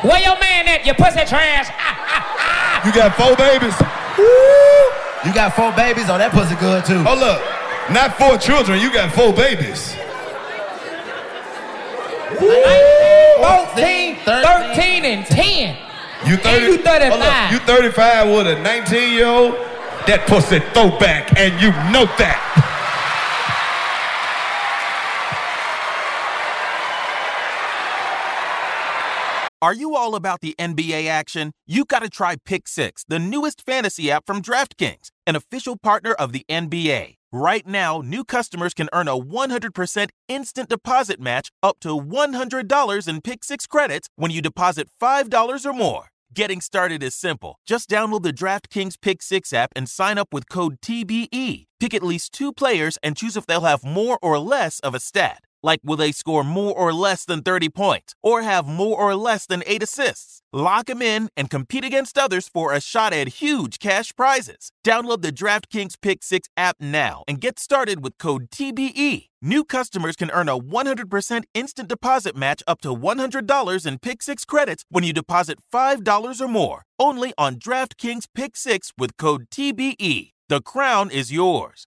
I: Where your man at? Your pussy trash. Ah,
G: You got four babies.
C: You got four babies? Oh, that pussy good too.
G: Hold up. Not four children, you got four babies.
I: 13, 13, and 10.
G: You 30,
I: you 35.
G: Hold up. You 35 with a 19 year old? That pussy throwback and you know that.
M: Are you all about the NBA action? You gotta try Pick Six, the newest fantasy app from DraftKings, an official partner of the NBA. Right now, new customers can earn a 100% instant deposit match up to $100 in Pick Six credits when you deposit $5 or more. Getting started is simple. Just download the DraftKings Pick 6 app and sign up with code TBE. Pick at least two players and choose if they'll have more or less of a stat. Like, will they score more or less than 30 points or have more or less than eight assists? Lock 'em in and compete against others for a shot at huge cash prizes. Download the DraftKings Pick 6 app now and get started with code TBE. New customers can earn a 100% instant deposit match up to $100 in Pick 6 credits when you deposit $5 or more. Only on DraftKings Pick 6 with code E. TBE. The crown is yours.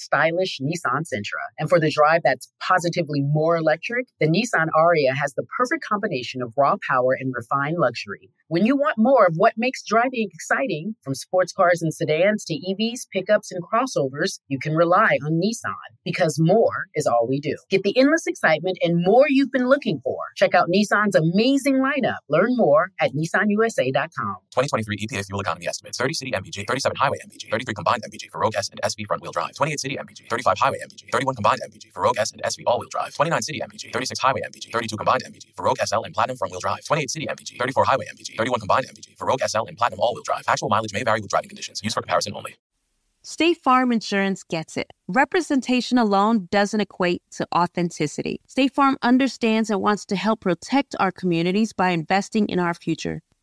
N: stylish Nissan Sentra. And for the drive that's positively more electric, the Nissan Aria has the perfect combination of raw power and refined luxury. When you want more of what makes driving exciting, from sports cars and sedans to EVs, pickups, and crossovers, you can rely on Nissan because more is all we do. Get the endless excitement and more you've been looking for. Check out Nissan's amazing lineup. Learn more at nissanusa.com.
B: 2023 EPA E fuel economy estimates 30 city MPG, 37 highway MPG, 33 combined MPG for Rogue S and SV front wheel drive, 28 city MPG, 35 highway MPG, 31 combined MPG for Rogue S and SV all wheel drive, 29 city MPG, 36 highway MPG, 32 combined MPG for Rogue SL and Platinum front wheel drive, 28 city MPG, 34 highway MPG, 31 combined MPG for Rogue SL and Platinum all wheel drive. Actual mileage may vary with driving conditions. Used for comparison only.
O: State Farm Insurance gets it. Representation alone doesn't equate to authenticity. State Farm understands and wants to help protect our communities by investing in our future,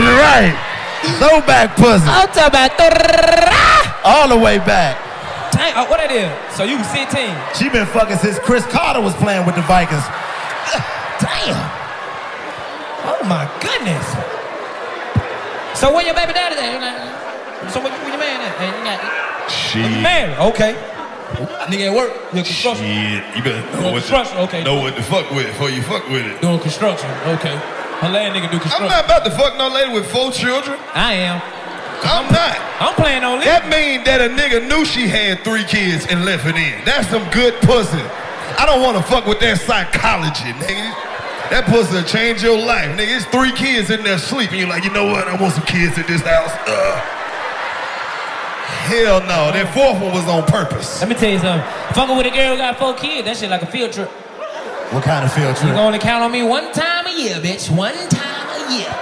C: right. Throwback pussy.
J: I'm talking about
C: all the way back.
J: Dang, oh, what that is? So you was 16.
C: She been fucking since Chris Carter was playing with the Vikings.
J: Damn. Oh my goodness. So where your baby daddy at? So where, where your man at? Hey, you got-
G: Shit.
J: You married? Okay. Nigga at work. You're construction.
G: Shit. You better know
J: Doing
G: what,
J: construction.
G: to,
J: Okay.
G: know what to fuck with before you fuck with it.
J: Doing construction. Okay. Her last nigga do construction.
G: I'm not about to fuck no lady with four children.
J: I am.
G: I'm not.
J: I'm playing on
G: That mean that a nigga knew she had three kids and left it in. That's some good pussy. I don't want to fuck with that psychology, nigga. That pussy will change your life, nigga. It's three kids in there sleeping. You're like, you know what? I want some kids in this house. Uh. Hell no. That fourth one was on purpose.
J: Let me tell you something. Fucking with a girl who got four kids, that shit like a field trip.
C: What kind of field trip?
J: You can only count on me one time a year, bitch. One time a year.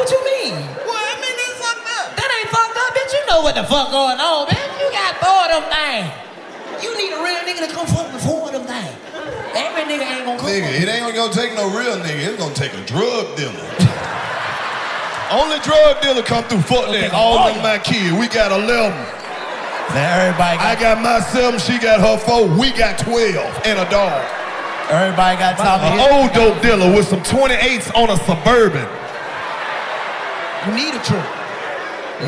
J: What you mean? Well, I mean that's fucked up. That ain't fucked up, bitch. You know what the fuck going on, bitch. You got four of them things. You need a real nigga to come fuck with four of them things. Every nigga ain't gonna come.
K: Nigga, it ain't gonna take no real nigga. It's gonna take a drug dealer. Only drug dealer come through. Fuck that. All of my kids. We got 11.
C: Now everybody got
K: I got my seven, she got her four, we got 12 and a dog.
C: Everybody got
K: Tommy.
J: Uh-huh.
K: An
G: Oh.
K: old dope dealer with some 28s on a Suburban.
J: You need a truck.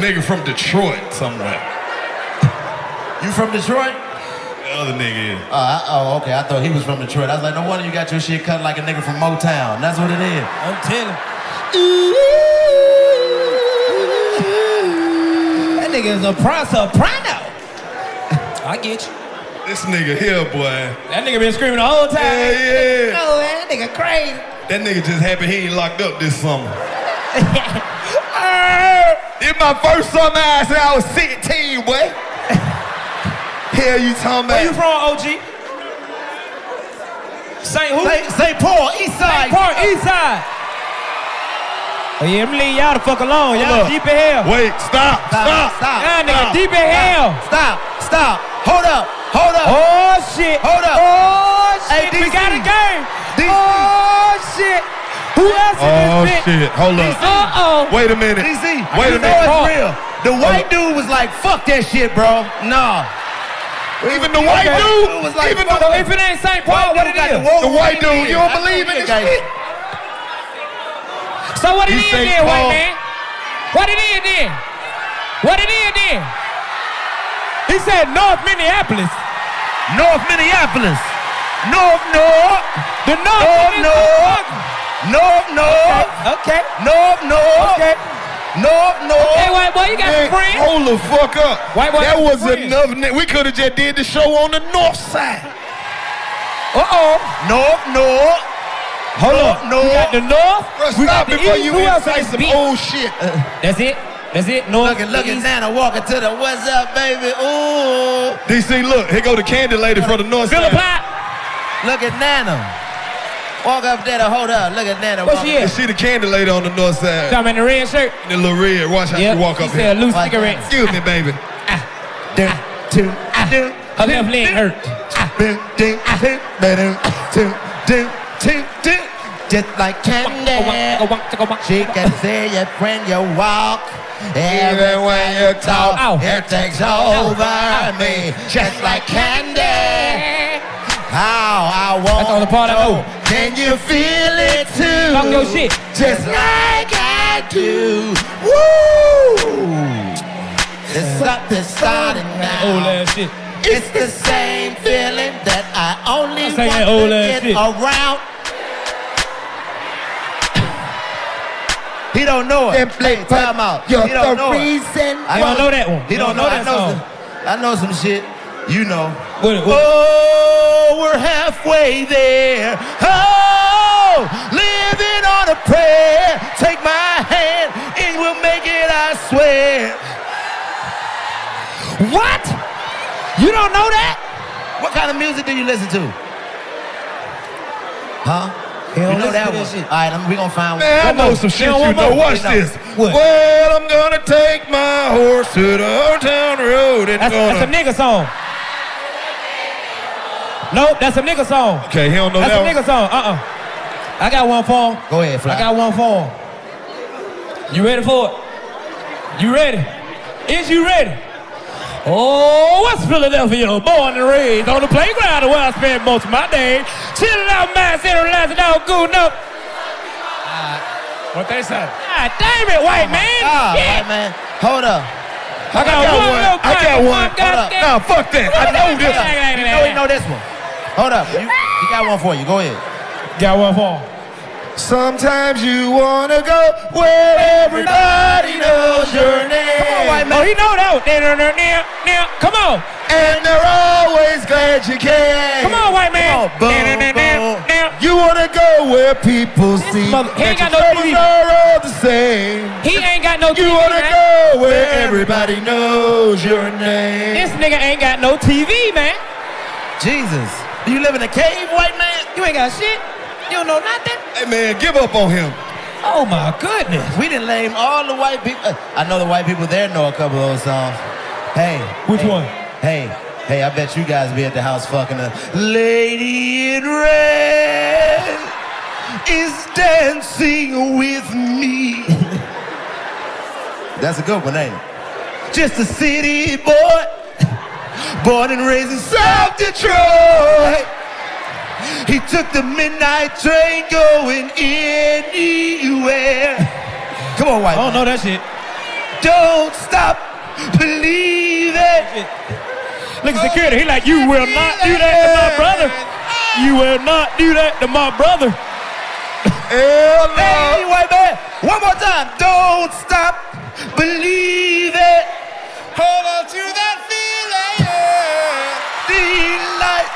G: Nigga from Detroit somewhere.
C: You from Detroit?
G: The other nigga is.
C: Oh, I- oh, okay. I thought he was from Detroit. I was like, no wonder you got your shit cut like a nigga from Motown. That's what it is.
J: I'm telling.
C: That nigga is a pro soprano.
J: I get you.
G: This nigga here, boy.
J: That nigga been screaming the whole time.
G: Yeah, yeah.
J: No, that nigga crazy.
G: That nigga just happy he ain't locked up this summer. In my first summer, I said I was 16, boy. Hell, you talking about?
J: Where you from, OG? St. Who?
C: St. Paul, East Side.
J: St. Paul, East Side. Oh, yeah, I'm leaving y'all the fuck alone.
G: Hold
J: Y'all
G: up.
J: deep in hell.
G: Wait, stop,
J: Stop,
G: stop,
J: stop, Y'all nigga deep in hell.
C: Stop, stop. Hold up, hold up.
J: Oh, shit.
C: Hold up.
J: Oh,
C: Hey,
J: shit. we
C: DC.
J: got a game.
C: DC.
J: Oh, shit. Who else in this
G: Oh,
J: bitch?
G: shit. Hold up.
J: Uh-oh.
G: Wait a minute.
C: DC,
G: Wait
C: you
G: a
C: know
G: minute.
C: it's real. The white dude was like, fuck that shit, bro. Nah.
G: Even the white
C: Okay.
G: dude,
C: It was like,
G: even
C: fuck
G: the,
C: it.
J: If it ain't St. Paul, what it
C: Like
J: is?
G: the white dude, you don't
C: I know
G: believe in
C: you
G: this
C: guys-
G: shit?
J: So what it
G: He
J: is
G: say
J: then, white
G: Paul-
J: man? What it is then? What it is then? He said North Minneapolis.
C: North Minneapolis. North, North.
J: The North.
C: North,
J: Minneapolis
C: North. North, North.
J: Okay.
C: North, North.
J: Okay.
C: North, North.
J: Hey, white boy, you got some
G: Man,
J: friends?
G: hold the fuck up.
J: White boy
G: that
J: got
G: was
J: friends.
G: enough. ni- We could have just did the show on the north side.
J: Uh oh.
C: North, North.
J: Hold
C: North,
J: up.
C: North.
J: You got the North.
G: Bro,
J: we
G: stop
J: got the
G: before
J: East.
G: you
J: Who else
G: incite
J: is
G: some
J: beat?
G: old shit.
J: That's it. That's it. North.
C: Look at, look at
J: East.
C: Santa walking to the what's up, baby. Ooh.
G: DC, look, here go the candy lady from the north
J: Philip
G: side.
J: Pop.
C: Look at Nana. Walk up there to hold up. Look at Nana.
J: Where
C: walk
J: she
C: up.
J: at?
G: Is she the candy lady on the north side?
J: Come in the red shirt.
G: The little red. Watch how
J: Yep.
G: she walk
J: He
G: up
J: said
G: here.
J: loose
C: Watch
J: cigarettes.
G: Excuse me, baby.
C: Dun, dun, dun,
J: Her left leg hurt.
C: dun, dun, dun, dun, dun, dun, dun, dun. Just like
J: Chicka
C: candy,
J: wonk, chicka wonk,
C: she
J: chicka wonk.
C: can see it when you walk. Even
G: Even
C: when you talk,
J: Ow.
C: it takes
J: Ow.
C: over
J: Ow.
C: me. Just like candy, how I want
J: all the part I
C: you.
J: know.
C: Can you feel it too?
J: Talk your shit.
C: just like I do. Woo! It's something starting
J: Old
C: now.
J: ass shit.
C: It's the same feeling that I only
J: Say that
C: want
J: old
C: to
J: ass
C: get
J: shit.
C: around. He don't know it. Then play time out. he don't know reason.
J: He don't know that one.
C: He don't know. I
J: that
C: know
J: song.
C: some- I know some shit. You know.
J: What- what-
C: Oh, we're halfway there. Oh, living on a prayer. Take my hand and we'll make it, I swear.
J: What? You don't know that?
C: What kind of music do you listen to? Huh? You
J: don't
C: know
J: listen
C: that
J: to that
C: one.
J: shit.
C: All right, I'm, we gonna find one.
G: Man, I
C: One
G: know
C: more.
G: some shit
C: Yeah,
G: you
C: one
G: know.
C: more.
G: Watch
C: No.
G: this.
J: What?
G: Well, I'm gonna take my horse to the old town road and
J: That's,
G: gonna.
J: that's a nigga song. Nope, that's a nigga song.
G: okay, he don't know
J: That's
G: that
J: a
G: one.
J: nigga song. Uh uh
F: uh-uh. I got one for him.
C: Go ahead, Fly.
F: I got one for him. You ready for it? You ready? Is you ready? Oh, West Philadelphia, born and raised on the playground where I spent most of my day. Chilling out, man, sitting, relaxing out, goofing up.
C: What they said?
F: God Ah, damn it, white man.
C: God,
F: Shit.
C: white Ah, man. Hold up.
F: I got one little
C: I got
F: crack,
C: one.
F: fuck
C: Hold
F: that
C: up.
F: thing.
C: Nah, fuck that. I know this.
F: Look at that.
C: You know he know this one. Hold up. You, you got one for you. Go ahead.
F: Got one for him.
C: Sometimes you wanna go where everybody knows your name. Come on, white man.
F: Oh, he know that. one. Now, now, now, now, Come on.
C: And they're always glad you came.
F: Come on, white man.
C: Boom,
F: Now, now, now,
C: boom.
F: now.
C: You wanna go where people see
F: mother- he ain't
C: that
F: got no
C: your troubles
F: TV.
C: are all the same.
F: He ain't got no
C: You
F: TV,
C: wanna
F: man.
C: go where everybody knows your name.
F: This nigga ain't got no TV, man.
C: Jesus. You live in a cave, white man?
F: You ain't got shit. You don't know nothing.
C: Hey, man, give up on him.
F: Oh, my goodness.
C: We didn't lame all the white people. uh, I know the white people there know a couple of those songs. Hey.
F: Which
C: hey,
F: one?
C: Hey. Hey, I bet you guys be at the house fucking a lady in red is dancing with me. That's a good one, ain't it? Just a city boy, born and raised in South Detroit. He took the midnight train going anywhere. Come on, white. I don't
F: know that shit.
C: Don't stop believing.
F: Look at security. He like, you will not do that to my brother. You will not do that to my brother.
C: Hey, white man. One more time. Don't stop believing. Hold on to that feeling. Delight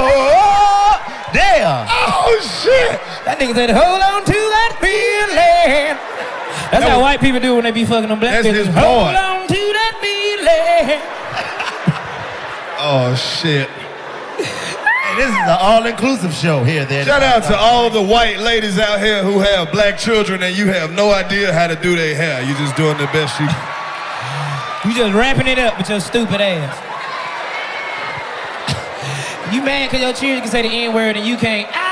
C: people. Damn.
F: Oh shit! That nigga said, "Hold on to that feeling." That's how white people do when they be fucking them black
G: That's
F: bitches.
G: his
F: Hold
G: boy.
F: on to that feeling.
G: Oh shit.
C: Hey, this is an all-inclusive show here. Then
G: Shout out to all the white ladies out here who have black children and you have no idea how to do their hair. You're just doing the best you can.
F: You just wrapping it up with your stupid ass. you mad because your children can say the N word and you can't. Ah!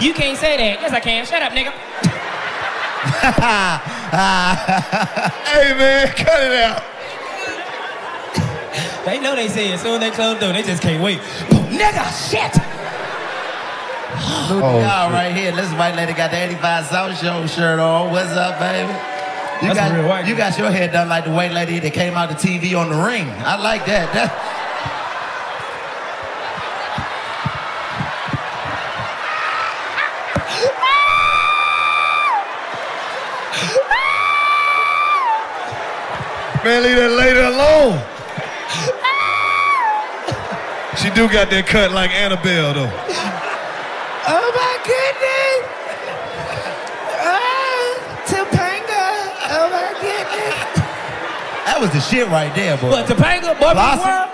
F: you can't say that. Yes, I can. Shut up, nigga.
G: hey man, cut it out.
F: They know they say it. Soon as they close the door, they just can't wait. nigga, shit!
C: Oh, y'all right here. This white lady got the 85 South Show shirt on. What's up, baby?
F: That's
C: You
F: a
C: got
F: real white
C: you got your hair done like the white lady that came out the TV on the ring. I like that. That-
G: Man, leave that lady alone. she do got that cut like Annabelle though.
F: Oh my goodness! Ah, Topanga! Oh my goodness!
C: that was the shit right there, boy.
F: But Topanga, Boy Meets
C: Blossom.
F: World?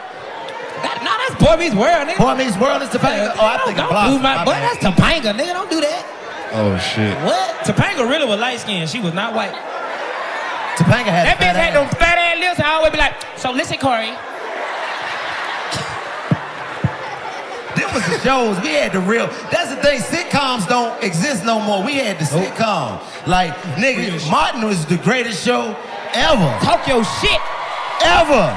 F: That, no, that's Boy Meets World, nigga.
C: Boy Meets World is Topanga? Oh, I think
F: don't,
C: of
F: don't do
C: Blossom.
F: my,
C: My
F: boy,
C: bad.
F: that's Topanga, nigga. Don't do that.
G: Oh shit.
F: What? Topanga really was light skinned. She was not white.
C: Topanga had
F: That
C: fat
F: bitch had them
C: ass.
F: fat ass lips. I always be like, so listen, Corey.
C: Them was the shows. We had the real. That's the thing. Sitcoms don't exist no more. We had the sitcom. Like nigga, Martin was the greatest show ever.
F: Talk your shit.
C: ever.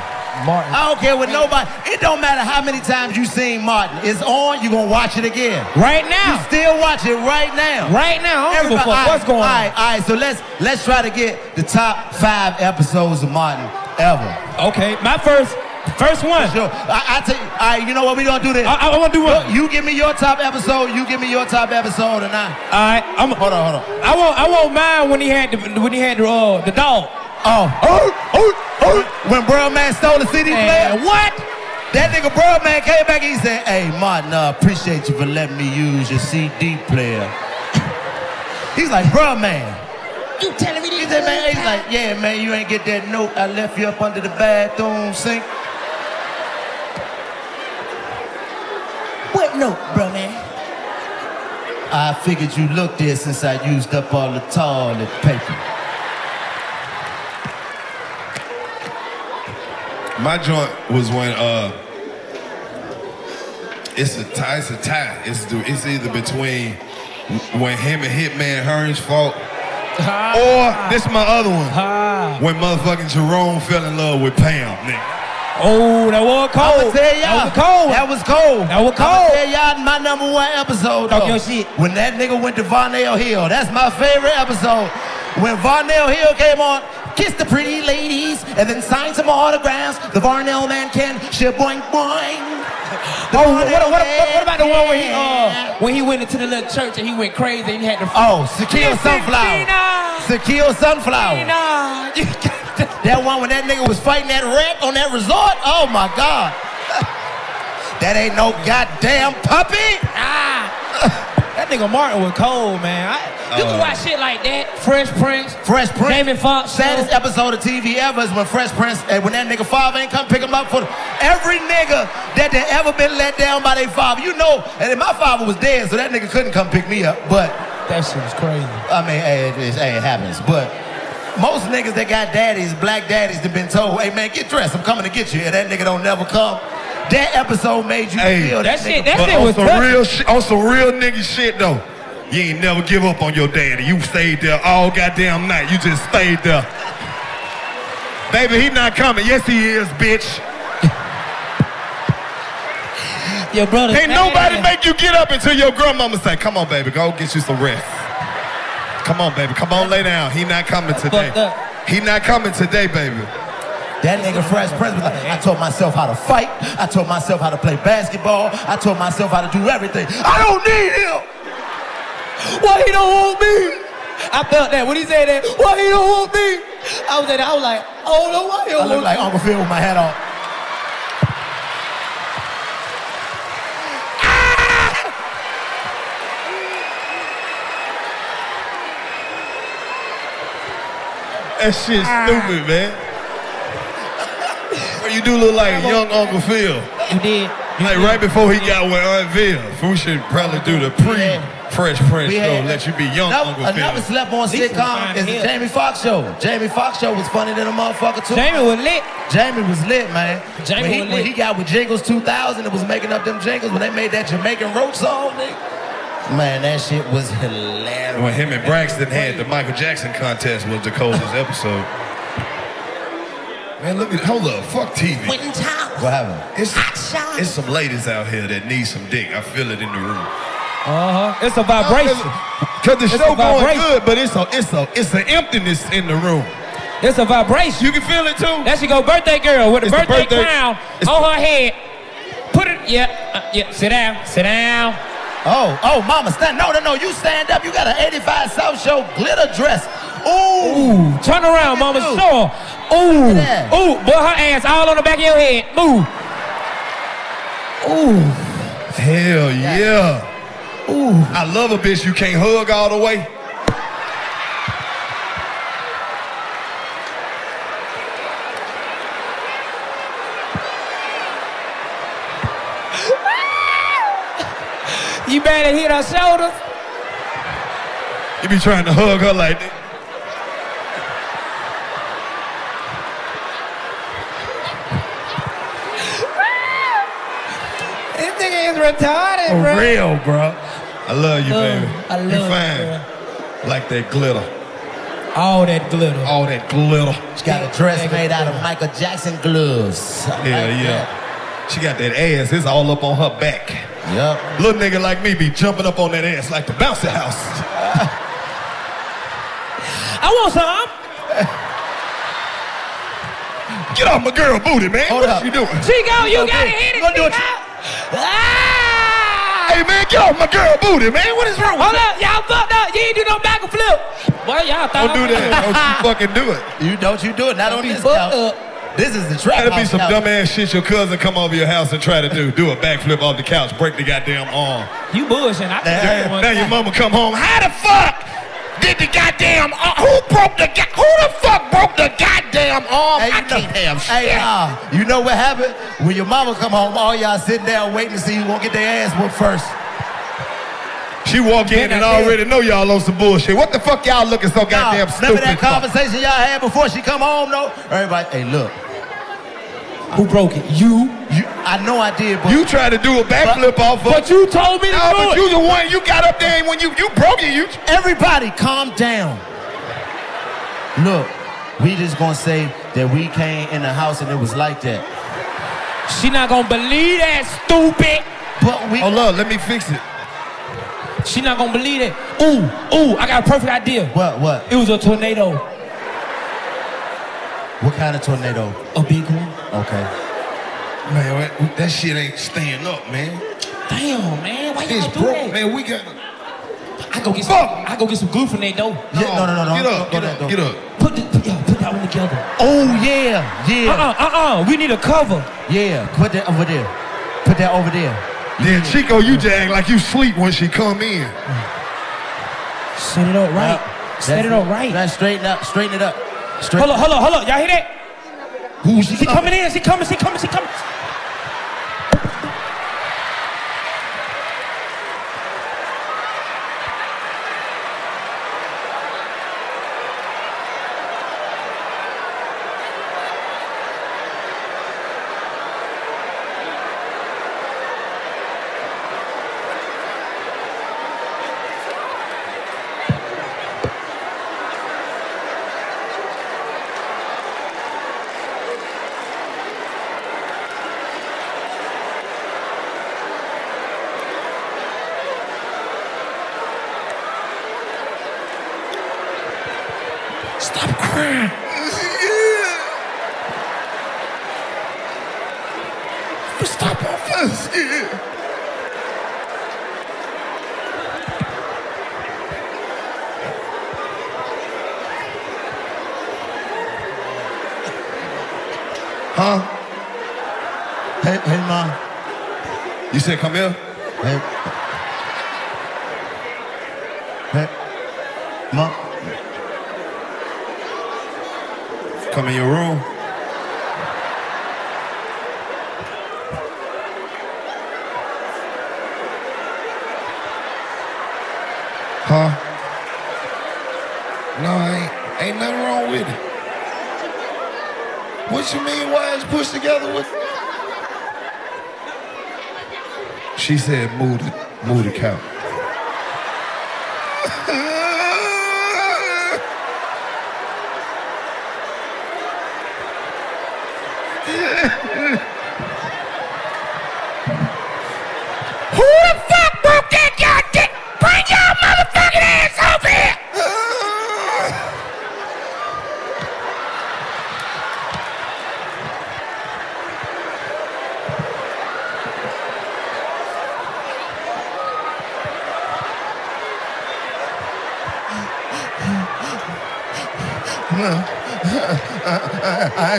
C: Martin. I don't care what nobody. It don't matter how many times you seen Martin. It's on. You gonna watch it again.
F: Right now.
C: You still watch it right now.
F: Right now. I don't give a
C: Everybody.
F: fuck
C: all right,
F: what's going
C: all
F: on.
C: right, all right. So let's let's try to get the top five episodes of Martin ever.
F: Okay, my first first one.
C: Sure. I, I tell you. All right. You know what we gonna do this.
F: I, I want to do one.
C: you give me your top episode. You give me your top episode, and I.
F: All right, I'm.
C: Hold on. Hold on.
F: I want I want mine when he had the when he had the uh, the dog.
C: Oh, oh, oh, oh. When Brown Man stole the CD
F: Man,
C: player,
F: what?
C: that nigga Brown Man came back. He said, "Hey, Martin, I appreciate you for letting me use your CD player." He's like, "Brown Man."
F: You telling me
C: He said, "Man," he's like, "Yeah, man, you ain't get that note. I left you up under the bathroom sink."
F: What no, bro, man?
C: I figured you looked there since I used up all the toilet paper.
G: My joint was when uh It's a tie. It's a tie. It's the, it's either between when him and Hitman Hearns fought,
F: oh,
G: or this is my other one.
F: ah.
G: When motherfucking Jerome fell in love with Pam, nigga.
J: Oh, that was
C: I'ma tell y'all. That was cold. That was cold. I'ma tell y'all in my number one episode.
J: Talk
C: though,
J: your shit.
C: When that nigga went to Varnell Hill. That's my favorite episode. When Varnell Hill came on, kissed the pretty ladies, and then signed some autographs. The Varnell man can shit boing boing.
J: Oh, what, what, what, what- what about the one where he uh, when he went into the little church and he went crazy and he had to
C: Oh, Sakil Sunflower. Sakil Sunflower. that one when that nigga was fighting that rat on that resort. Oh my God. that ain't no goddamn puppy.
J: Ah! That nigga Martin was cold, man. I, you can
C: Uh.
J: watch shit like that. Fresh Prince.
C: Fresh Prince. David Fox. Saddest episode of TV ever is when Fresh Prince, and when that nigga father ain't come pick him up for every nigga that they ever been let down by their father. You know, and my father was dead, so that nigga couldn't come pick me up. But
J: that shit was crazy.
C: I mean, hey, it, is- hey, it happens. But most niggas that got daddies, black daddies, that been told, "Hey man, get dressed. I'm coming to get you," and that nigga don't never come. That episode made you feel that, nigga.
G: But on some real shit, on some real nigga shit though. You ain't never give up on your daddy. You stayed there all goddamn night. You just stayed there. Baby, he not coming. Yes, he is, bitch.
J: Your brother.
G: Ain't nobody make you get up until your grandmama say, "Come on, baby, go get you some rest." Come on, baby, come on, lay down. He not coming today. He not coming today, baby.
C: That nigga Fresh Prince was like, I taught myself how to fight. I taught myself how to play basketball. I taught myself how to do everything. I don't need him.
J: Why he don't want me? I felt that when he said that. Why he don't want me? I was at. I was like, oh no, why he
C: I
J: don't
C: look
J: want
C: like
J: me?
C: Uncle Phil with my hat on.
G: That shit stupid, man. Well, you do look like young Uncle Phil.
J: You did.
G: like right before he got with Aunt Phil. We should probably do the pre Fresh Prince
C: We
G: show.
C: had-
G: Let you be young
C: another,
G: Uncle Phil.
C: Another slept on
G: These
C: sitcom
G: some
C: is the
G: fine
C: Jamie Foxx show. Jamie Foxx show was funny than a motherfucker too.
J: Jamie was lit.
C: Jamie was lit, man.
J: Jamie
C: when he,
J: was
C: when
J: lit.
C: he got with Jingles 2000, it was making up them jingles when they made that Jamaican roach song, nigga. Man, that shit was hilarious.
G: When him and Braxton had the Michael Jackson contest was Dakota's episode. Man, look at hold up, fuck TV.
C: What happened?
G: It's, it's some ladies out here that need some dick. I feel it in the room.
J: Uh huh. It's a vibration.
G: Cause the
J: It's
G: show
J: a
G: going
J: vibration.
G: good, but it's a it's a it's an emptiness in the room.
J: It's a vibration.
G: You can feel it too.
J: That should go birthday girl with a
G: It's the
J: birthday,
G: birthday-
J: crown on her head. Put it. Yeah. Uh, yeah. Sit down. Sit down.
C: Oh, oh, mama, stand. No, no, no. You stand up. You got an 85 South Show glitter dress. Ooh.
J: Turn around, mama. Sure. Ooh. Ooh. Boy, her ass all on the back of your head. Move. Ooh.
G: Hell yeah. Ooh. I love a bitch you can't hug all the way.
J: You better hit her shoulders.
G: You be trying to hug her like that.
J: This nigga is retarded,
G: For
J: bro.
G: real, bro. I love you,
J: Love,
G: baby.
J: I love
G: you
J: you,
G: fine. Like that glitter.
J: All that glitter.
G: All that glitter.
C: She got a dress made out of Michael Jackson gloves. I
G: Hell
C: like
G: yeah. She got that ass. It's all up on her back.
C: Yep.
G: Little nigga like me be jumping up on that ass like the bouncy house.
J: I want some.
G: Get off my girl booty, man. what you doing?
J: Chico, you gotta hit it. Chico.
G: Hey man, get off my girl booty, man. What is wrong with
J: Hold
G: you?
J: up, y'all fucked up. You ain't do no back and flip. Boy, y'all thought
G: Don't do that. Don't you fucking do it.
C: You don't you do it. Not on this couch. This is the trap
G: That'll be
C: house
G: some
C: couch.
G: dumbass shit your cousin come over your house and try to do. Do a backflip off the couch, break the goddamn arm.
J: You bullshitting. I
G: now, now your mama come home. How the fuck did the goddamn ar- who broke the go- who the fuck broke the goddamn arm? I can't have shit.
C: Hey, nah, you know what happened? When your mama come home, all y'all sitting down waiting to see who gonna get their ass whooped first.
G: She walk in and already know y'all on some bullshit. What the fuck y'all looking so goddamn
C: Remember
G: stupid?
C: that
G: for?
C: conversation y'all had before she come home, though? Everybody, hey, look. Who broke it? You. you I know I did, but
G: You tried to do a backflip off of
C: But you told me to
G: Nah,
C: do
G: but
C: it.
G: you the one. You got up there and when you you broke it, you
C: Everybody, calm down. Look, we just gonna say that we came in the house and it was like that.
J: She not gonna believe that, stupid.
C: But we.
J: Oh
G: look, let me fix it.
J: She not gonna believe it. Ooh, ooh, I got a perfect idea.
C: What? What?
J: It was a tornado.
C: What kind of tornado?
J: A big one.
C: Okay.
F: Man, that- that shit ain't staying up, man.
J: Damn, man, why you
F: It's
J: all do
F: broke,
J: that?
F: man. We got.
J: I go get some. I go get some glue from that though.
F: no, no, no, no. Get up,
J: get
F: up, get up.
J: Put the, put, yeah, put that one together.
C: Oh yeah, yeah.
J: Uh uh uh uh. We need a cover.
C: Yeah, put that over there. Put that over there.
G: Then Chico, you just act like you sleep when she come in.
J: Set it up right. Set it up right.
C: Let's straighten up. Straighten it up. Straighten
J: Hold up, hold up, hold up. Y'all hear that?
C: Who's
J: she coming in? She coming? She coming? She coming? Stop crying. Stop
F: it.
G: Huh?
C: Hey, hey, mom.
G: You said come here?
C: Hey. Hey. Mom.
G: Come in your room. Huh?
F: No, ain't, ain't nothing wrong with it. What you mean? Why it's pushed together with?
G: She said move the, move the couch.
P: Who the fuck broke that goddamn? Bring your motherfucking ass over here!
F: No. I, I, I,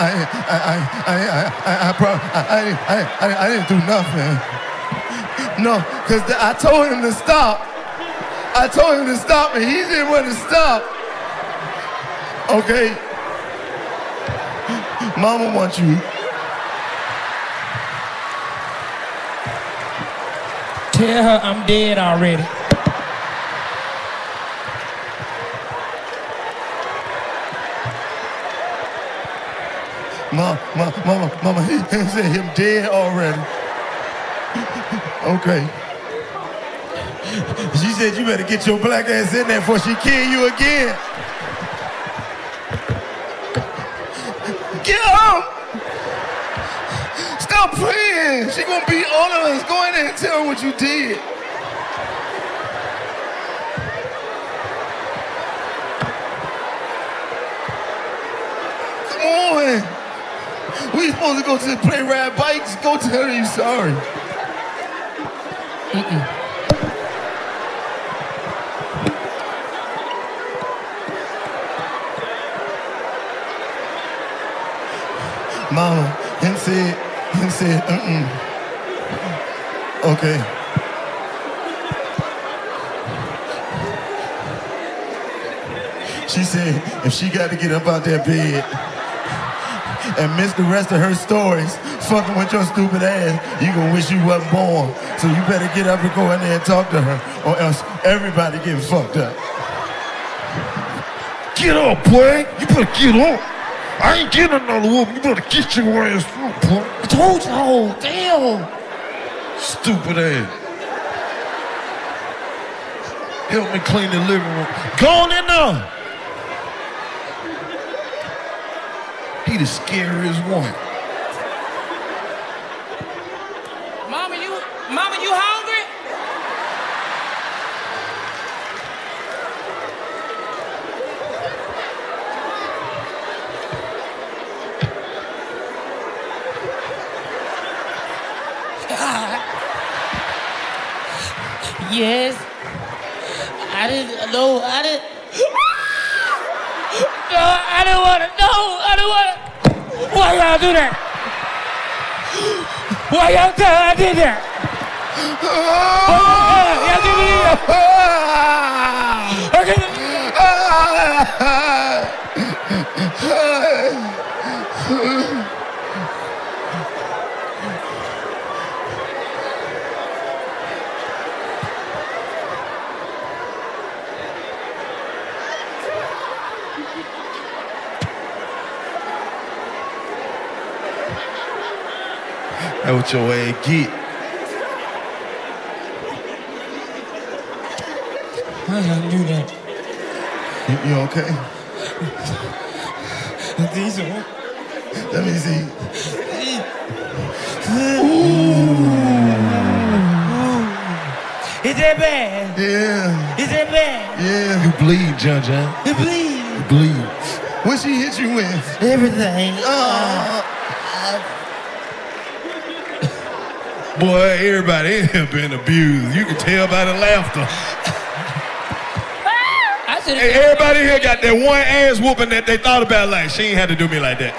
F: I, I, I, I, I, I, pro- I, I, I, I didn't do nothing. No, because I told him to stop. I told him to stop, and he didn't want to stop. Okay. Mama wants you.
J: Tell her I'm dead already.
F: Mom, mom, mama, mama, he he said him dead already. Okay. She said you better get your black ass in there before she kill you again. Get up! Stop playing! She gonna beat all of us. Go in there and tell her what you did. Come on. We supposed to go to the play ride bikes. Go tell her you sorry. Mama, him said, him said, mm-mm. Okay. She said if she got to get up out that bed and miss the rest of her stories, fucking with your stupid ass, you gonna wish you wasn't born. So you better get up and go in there and talk to her, or else everybody getting fucked up. Get up, boy. You better get up.
Q: I ain't getting another whoop. You better get your ass up, boy. I told you, oh, damn. Stupid ass. Help me clean the living room. Go on in there. He the scariest one.
J: Mama, you, mama, you hungry?
F: Yes. I didn't know. I didn't. No, I didn't want to. No, I didn't want to. Why y'all do that? Why y'all tell I did that? Y'all did it. Okay.
G: That what your ass get.
F: Why y'all do that?
Q: You, you okay?
F: These are.
Q: Let me see.
F: Is that bad?
Q: Yeah.
F: Is that bad?
Q: Yeah.
G: You bleed, John John.
F: You bleed.
G: You bleed.
Q: What she hit you with?
F: Everything.
Q: Oh.
G: uh. Boy, everybody in here been abused. You can tell by the laughter. Hey, everybody here got that one ass whooping that they thought about. Like she ain't had to do me like that.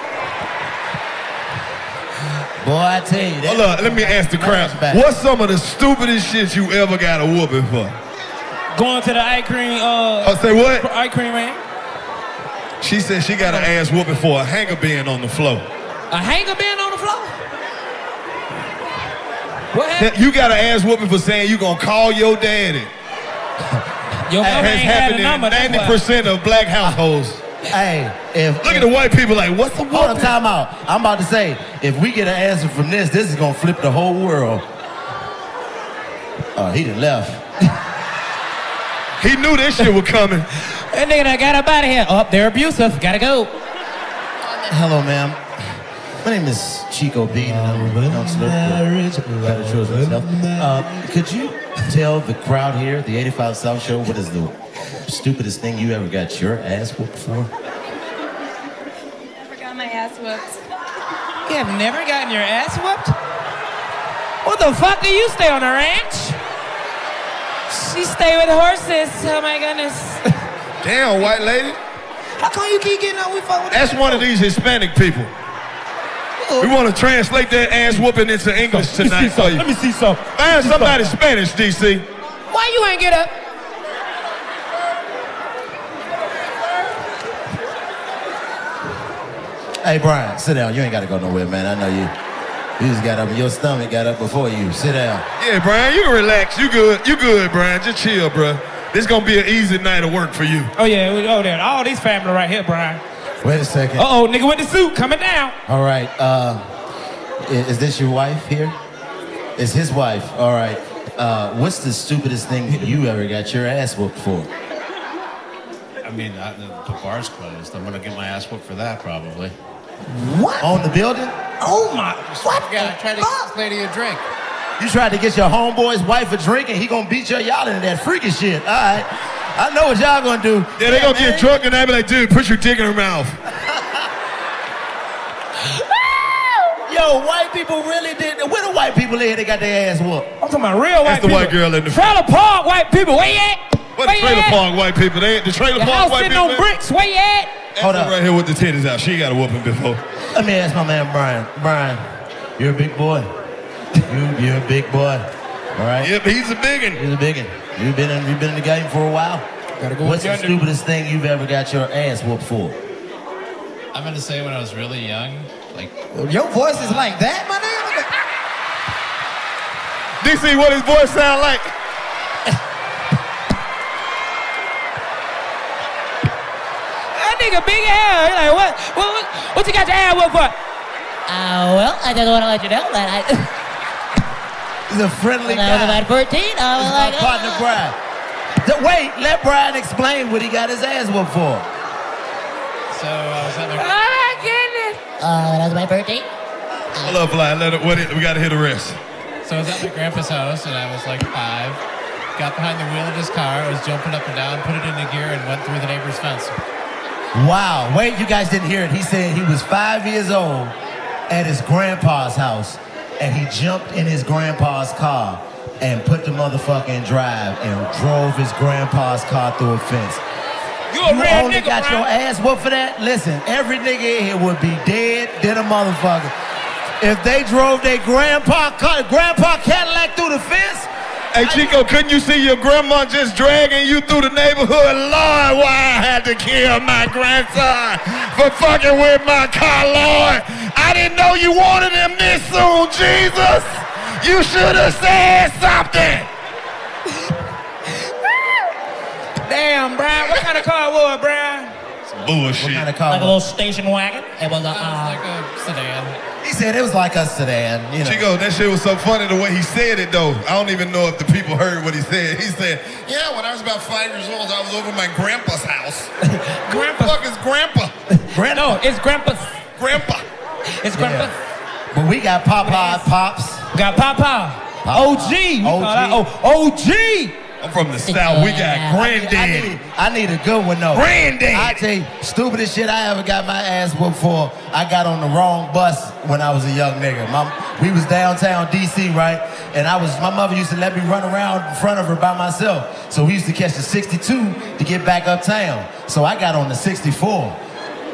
F: Boy, I tell you.
G: Hold up, let me ask the crowd. What's some of the stupidest shit you ever got a whooping for?
J: Going to the ice cream. Uh,
G: I say what?
J: Ice cream man.
G: She said she got an ass whooping for a hanger being on the floor.
J: A hanger band on the floor.
G: That- You got an ass whooping for saying you gonna call your daddy.
J: Your
G: that
F: mama
G: has
F: ain't had
G: happened
F: a number, that's
G: in
F: why.
G: 90% of black households.
C: Hey, if
G: look at the white people like, what's the
C: Hold on, time out. I'm about to say, if we get an answer from this, this is gonna flip the whole world. Oh, he done left.
G: he knew this shit was coming.
J: That nigga done got up out of here. Oh, they're abusive. Gotta go.
C: Hello, ma'am. My name is Chico B. and I'm a counselor for better children's health. Uh, could you tell the crowd here, the 85 South Show, what is the stupidest thing you ever got your ass whooped for?
R: Never got my ass whooped.
J: You have never gotten your ass whooped? What the fuck do you stay on a ranch? She stay with horses. Oh my goodness.
G: Damn, white lady.
J: How come you keep getting out? We fuck with
G: That's one of these Hispanic people. We want to translate that ass whooping into English tonight for you. Let me see some. Find somebody Spanish, DC.
J: Why you ain't get up?
C: Hey, Brian, sit down. You ain't gotta go nowhere, man. I know you. You just got up. Your stomach got up before you. Sit down.
G: Yeah, Brian, you can relax. You good. You good, Brian. Just chill, bro. This gonna be an easy night of work for you.
J: Oh yeah, we- oh there. All these family right here, Brian.
C: Wait a second.
J: Uh oh, nigga with the suit coming down.
C: All right. Uh, i- is this your wife here? It's his wife. All right. Uh, what's the stupidest thing you ever got your ass whooped for?
S: I mean, I, the, the bar's closed. I'm gonna get my ass whooped for that probably.
C: What? On the building?
S: Oh my! What? I tried to get this lady a drink.
C: You tried to get your homeboy's wife a drink and he gonna beat your y'all into that freaky shit. All right. I know what y'all gonna do.
G: Yeah, they gonna get drunk and they be like, dude, put your dick in her mouth.
C: Yo, white people really did. Where the white people here that got their ass whooped?
J: I'm talking about real
G: That's the white girl in the
J: trailer park white people. Where you at?
G: What
J: Where
G: the
J: you
G: trailer
J: at?
G: park white people? They the trailer
J: Your
G: park
J: house
G: white
J: sitting
G: people.
J: on bricks. Where you at?
G: Hold up. Right here with the titties out. She got a whooping before.
C: Let me ask my man Brian. Brian, you're a big boy. You, you're a big boy. All right.
G: Yep, he's a biggin.
C: He's a biggin. You've been in, you've been in the game for a while.
S: Gotta go with
C: What's the
S: the under.
C: stupidest thing you've ever got your ass whooped for?
S: I'm gonna say when I was really young, like
C: Your voice is like that, my
G: nigga. DC, what his voice sound like?
J: That nigga big hair. He like what? What? What, what What you got your ad whooped for?
T: Uh, well, I just want to let you know that I.
C: He's a friendly
T: when I was
C: guy.
T: about 14, I was
C: He's
T: like,
C: my partner, Brian. D- Wait, let Brian explain what he got his ass whooped for.
U: So I was at
J: Oh my goodness.
T: Uh, that was my birthday.
G: Hold up, Vlad. Let it, what it, we got to hit the rest.
U: So I was at my grandpa's house and I was like five. Got behind the wheel of his car, was jumping up and down, put it into gear, and went through the neighbor's fence.
C: Wow. Wait, you guys didn't hear it. He said he was five years old at his grandpa's house, and he jumped in his grandpa's car and put the motherfucker in drive and drove his grandpa's car through a fence.
J: You a real
C: only
J: nigga,
C: got your
J: Brian.
C: ass whooped for that? Listen, every nigga in here would be dead, dead a motherfucker. If they drove their grandpa car, grandpa Cadillac through the fence,
G: Hey, Chico, couldn't you see your grandma just dragging you through the neighborhood? Lord, why I had to kill my grandson for fucking with my car, Lord. I didn't know you wanted him this soon, Jesus. You should have said something.
J: Damn, Brian. What kind of car was it, Brian?
G: Bullshit.
T: Like a little station wagon. It was a. Uh,
C: He said it was like us sedan, you know.
G: Chico, that shit was so funny the way he said it though. I don't even know if the people heard what he said. He said, "Yeah, when I was about five years old, I was over at my grandpa's house. grandpa, fuck is grandpa?
J: Grandpa. No, it's grandpa's.
G: Grandpa.
J: It's grandpa.
C: But we got Popeye Pops.
J: We got Papa. OG. We call that O- OG.
G: I'm from the South. We got
C: I
G: granddaddy.
C: need, I need a good one though.
G: Granddaddy.
C: I tell you, stupidest shit I ever got my ass whooped for. I got on the wrong bus when I was a young nigga. My, we was downtown DC, right? And I was my mother used to let me run around in front of her by myself. So we used to catch the 62 to get back uptown. So I got on the 64.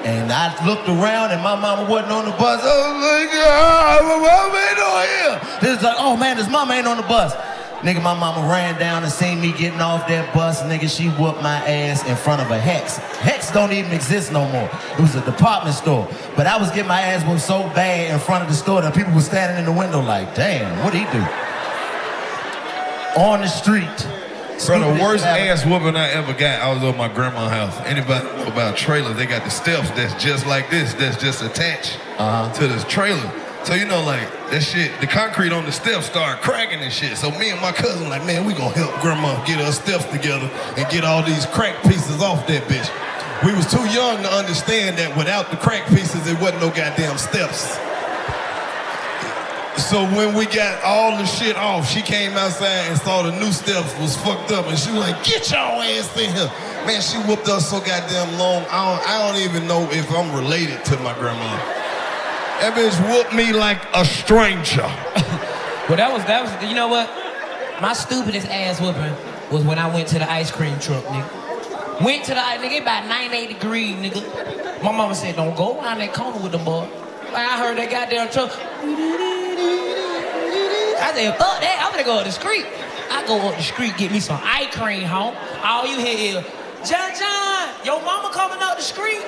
C: And I looked around and my mama wasn't on the bus. Oh my God, my mama ain't on here. This is like, oh man, this mama ain't on the bus. Nigga, my mama ran down and seen me getting off that bus. Nigga, she whooped my ass in front of a Hex. Hex don't even exist no more. It was a department store. But I was getting my ass whooped so bad in front of the store that people were standing in the window like, damn, what'd he do? On the street.
G: Bro, the
C: Stupidest
G: worst
C: shit I ever-
G: ass whooping I ever got, I was over my grandma's house. Anybody about trailers, they got the steps that's just like this, that's just attached to this trailer. So you know, like that shit, the concrete on the steps started cracking and shit. So me and my cousin, like, man, we gonna help grandma get her steps together and get all these crack pieces off that bitch. We was too young to understand that without the crack pieces, it wasn't no goddamn steps. So when we got all the shit off, she came outside and saw the new steps was fucked up, and she was like, "Get your ass in here!" Man, she whooped us so goddamn long. I don't, I don't even know if I'm related to my grandma. That bitch whooped me like a stranger.
J: Well, that was that was. You know what? My stupidest ass whooping was when I went to the ice cream truck, nigga. Went to the ice, nigga, about 98 degrees, nigga. My mama said, don't go around that corner with the boy. Like, I heard that goddamn truck. I said, fuck that, I'm gonna go up the street. I go up the street, get me some ice cream, home. All you hear is, John John, your mama coming up the street.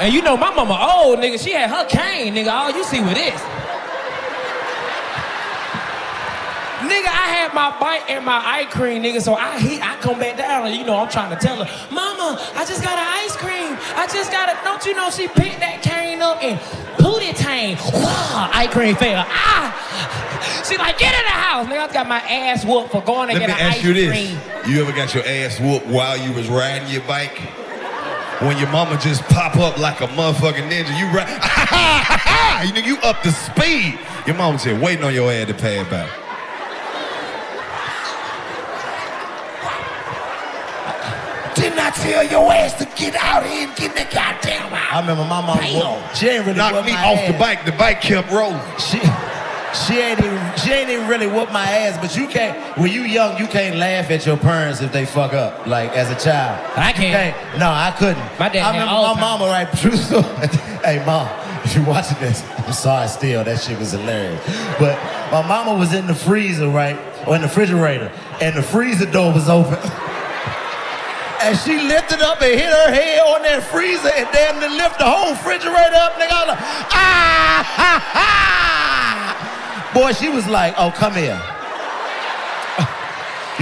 J: And you know my mama old, nigga. She had her cane, nigga. All you see with this. Nigga, I had my bite and my ice cream, nigga. So I hit, I come back down, and you know I'm trying to tell her, Mama, I just got an ice cream. I just got a. Don't you know she picked that cane up and pootie tang. Wow, ice cream fell. Ah. She like, get in the house, nigga. I got my ass whooped for going to
G: Let
J: get
G: me
J: an ice
G: ask you this:
J: cream.
G: You ever got your ass whooped while you was riding your bike? When your mama just pop up like a motherfucking ninja, you ride, you know you up to speed. Your mama just waiting on your ass to pad back.
V: Didn't I tell your ass to get out here and get in the goddamn house?
C: I remember my mom.
V: Damn.
C: whooped- She ain't really
G: Knocked
C: whooped
G: me
C: my
G: off
C: ass.
G: the bike. The bike kept rolling.
C: She, she ain't even. She ain't even really whoop my ass. But you can't. When you young, you can't laugh at your parents if they fuck up. Like as a child, I can't. No, I couldn't. My dad. I
J: had
C: remember
J: all
C: my
J: the
C: mama. Right, true story. hey, mom. If you watching this, I'm sorry. Still, that shit was hilarious. But my mama was in the freezer, right, or in the refrigerator, and the freezer door was open. And she lifted up and hit her head on that freezer and damn near lift the whole refrigerator up, nigga. I was like, ah, ha, ha. Boy, she was like, oh, come here.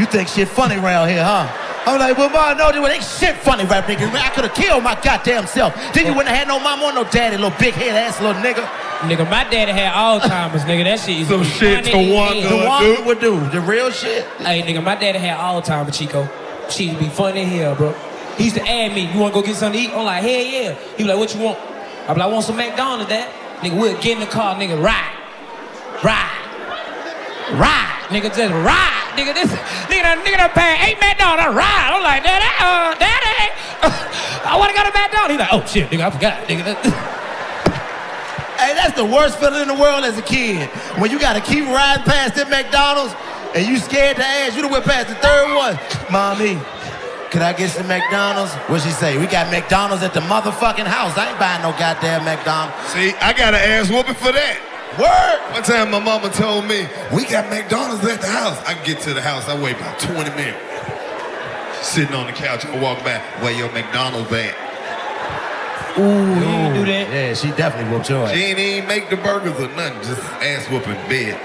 C: You think shit funny around here, huh? I'm like, well, ma, no, they were they shit funny rap nigga. Man, I could have killed my goddamn self. Then you wouldn't have had no mama or no daddy, little big head ass little nigga.
J: Nigga, my daddy had Alzheimer's, nigga. That shit is
C: Some shit Tawanda would do. would do. The real shit.
J: Hey, nigga, my daddy had Alzheimer's, Chico. She used to be funny in hell, bro. He used to ask me, you wanna go get something to eat? I'm like, hell yeah. He be like, what you want? I be like, I want some McDonald's, dad. Nigga, we'll get in the car, nigga, ride. Ride. Ride. Nigga, just ride. Nigga, this nigga done, nigga done paid eight McDonald's, ride. I'm like, daddy, uh, daddy. I wanna go to McDonald's. He like, oh shit, nigga, I forgot, nigga.
C: Hey, that's the worst feeling in the world as a kid. When you gotta keep riding past that McDonald's and you scared to ass, you done went past the third one. Mommy, could I get some McDonald's? What'd she say? We got McDonald's at the motherfucking house. I ain't buying no goddamn McDonald's.
G: See, I got an ass whooping for that.
C: Word.
G: One time my mama told me, we got McDonald's at the house. I get to the house, I wait about 20 minutes. Sitting on the couch, I walk back, where your McDonald's at?
C: Ooh, you didn't do that. Yeah, she definitely whooped your
G: She
C: ass.
G: ain't even make the burgers or nothing, just ass whooping bed.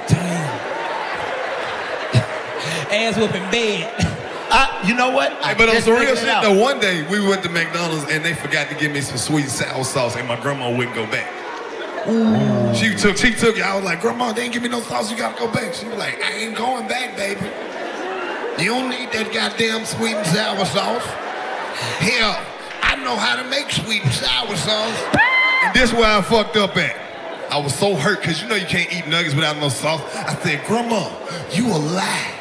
J: ass whooping bed.
C: I, you know what?
G: Hey, but on
C: Just
G: some real
C: figured
G: shit
C: it out.
G: though, one day we went to McDonald's and they forgot to give me some sweet and sour sauce and my grandma wouldn't go back. She took she took it. I was like, Grandma, they ain't give me no sauce, you gotta go back. She was like, I ain't going back, baby. You don't need that goddamn sweet and sour sauce. Hell, I know how to make sweet and sour sauce. and this where I fucked up at. I was so hurt because you know you can't eat nuggets without no sauce. I said, Grandma, you a lie.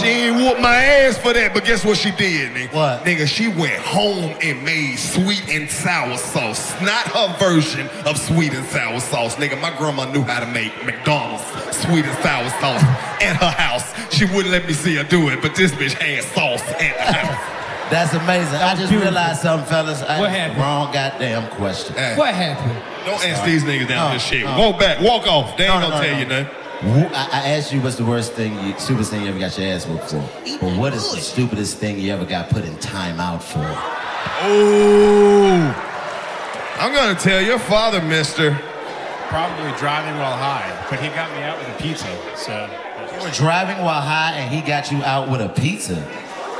G: She ain't whooped my ass for that, but guess what she did, nigga? What? Nigga, she went home and made sweet and sour sauce. Not her version of sweet and sour sauce, nigga. My grandma knew how to make McDonald's sweet and sour sauce at her house. She wouldn't let me see her do it, but this bitch had sauce at the house.
C: That's amazing. I just
G: beautiful.
C: realized something, fellas. I
G: What
C: asked the
G: happened? Uh,
C: Wrong goddamn question.
G: What
J: happened?
G: Don't ask
C: Sorry.
G: these niggas down
C: No,
G: this shit.
C: no.
G: Walk back, walk off. They ain't
C: No, no,
G: gonna
C: no,
G: tell
C: no.
G: you nothing.
C: Wh- I, I asked you what's the worst thing, you, stupidest thing you ever got your ass whooped for. But what is the stupidest thing you ever got put in timeout for?
G: Oh, I'm gonna tell your father, Mister.
W: Probably driving while high, but he got me out with a pizza. So
C: You were driving while high and he got you out with a pizza.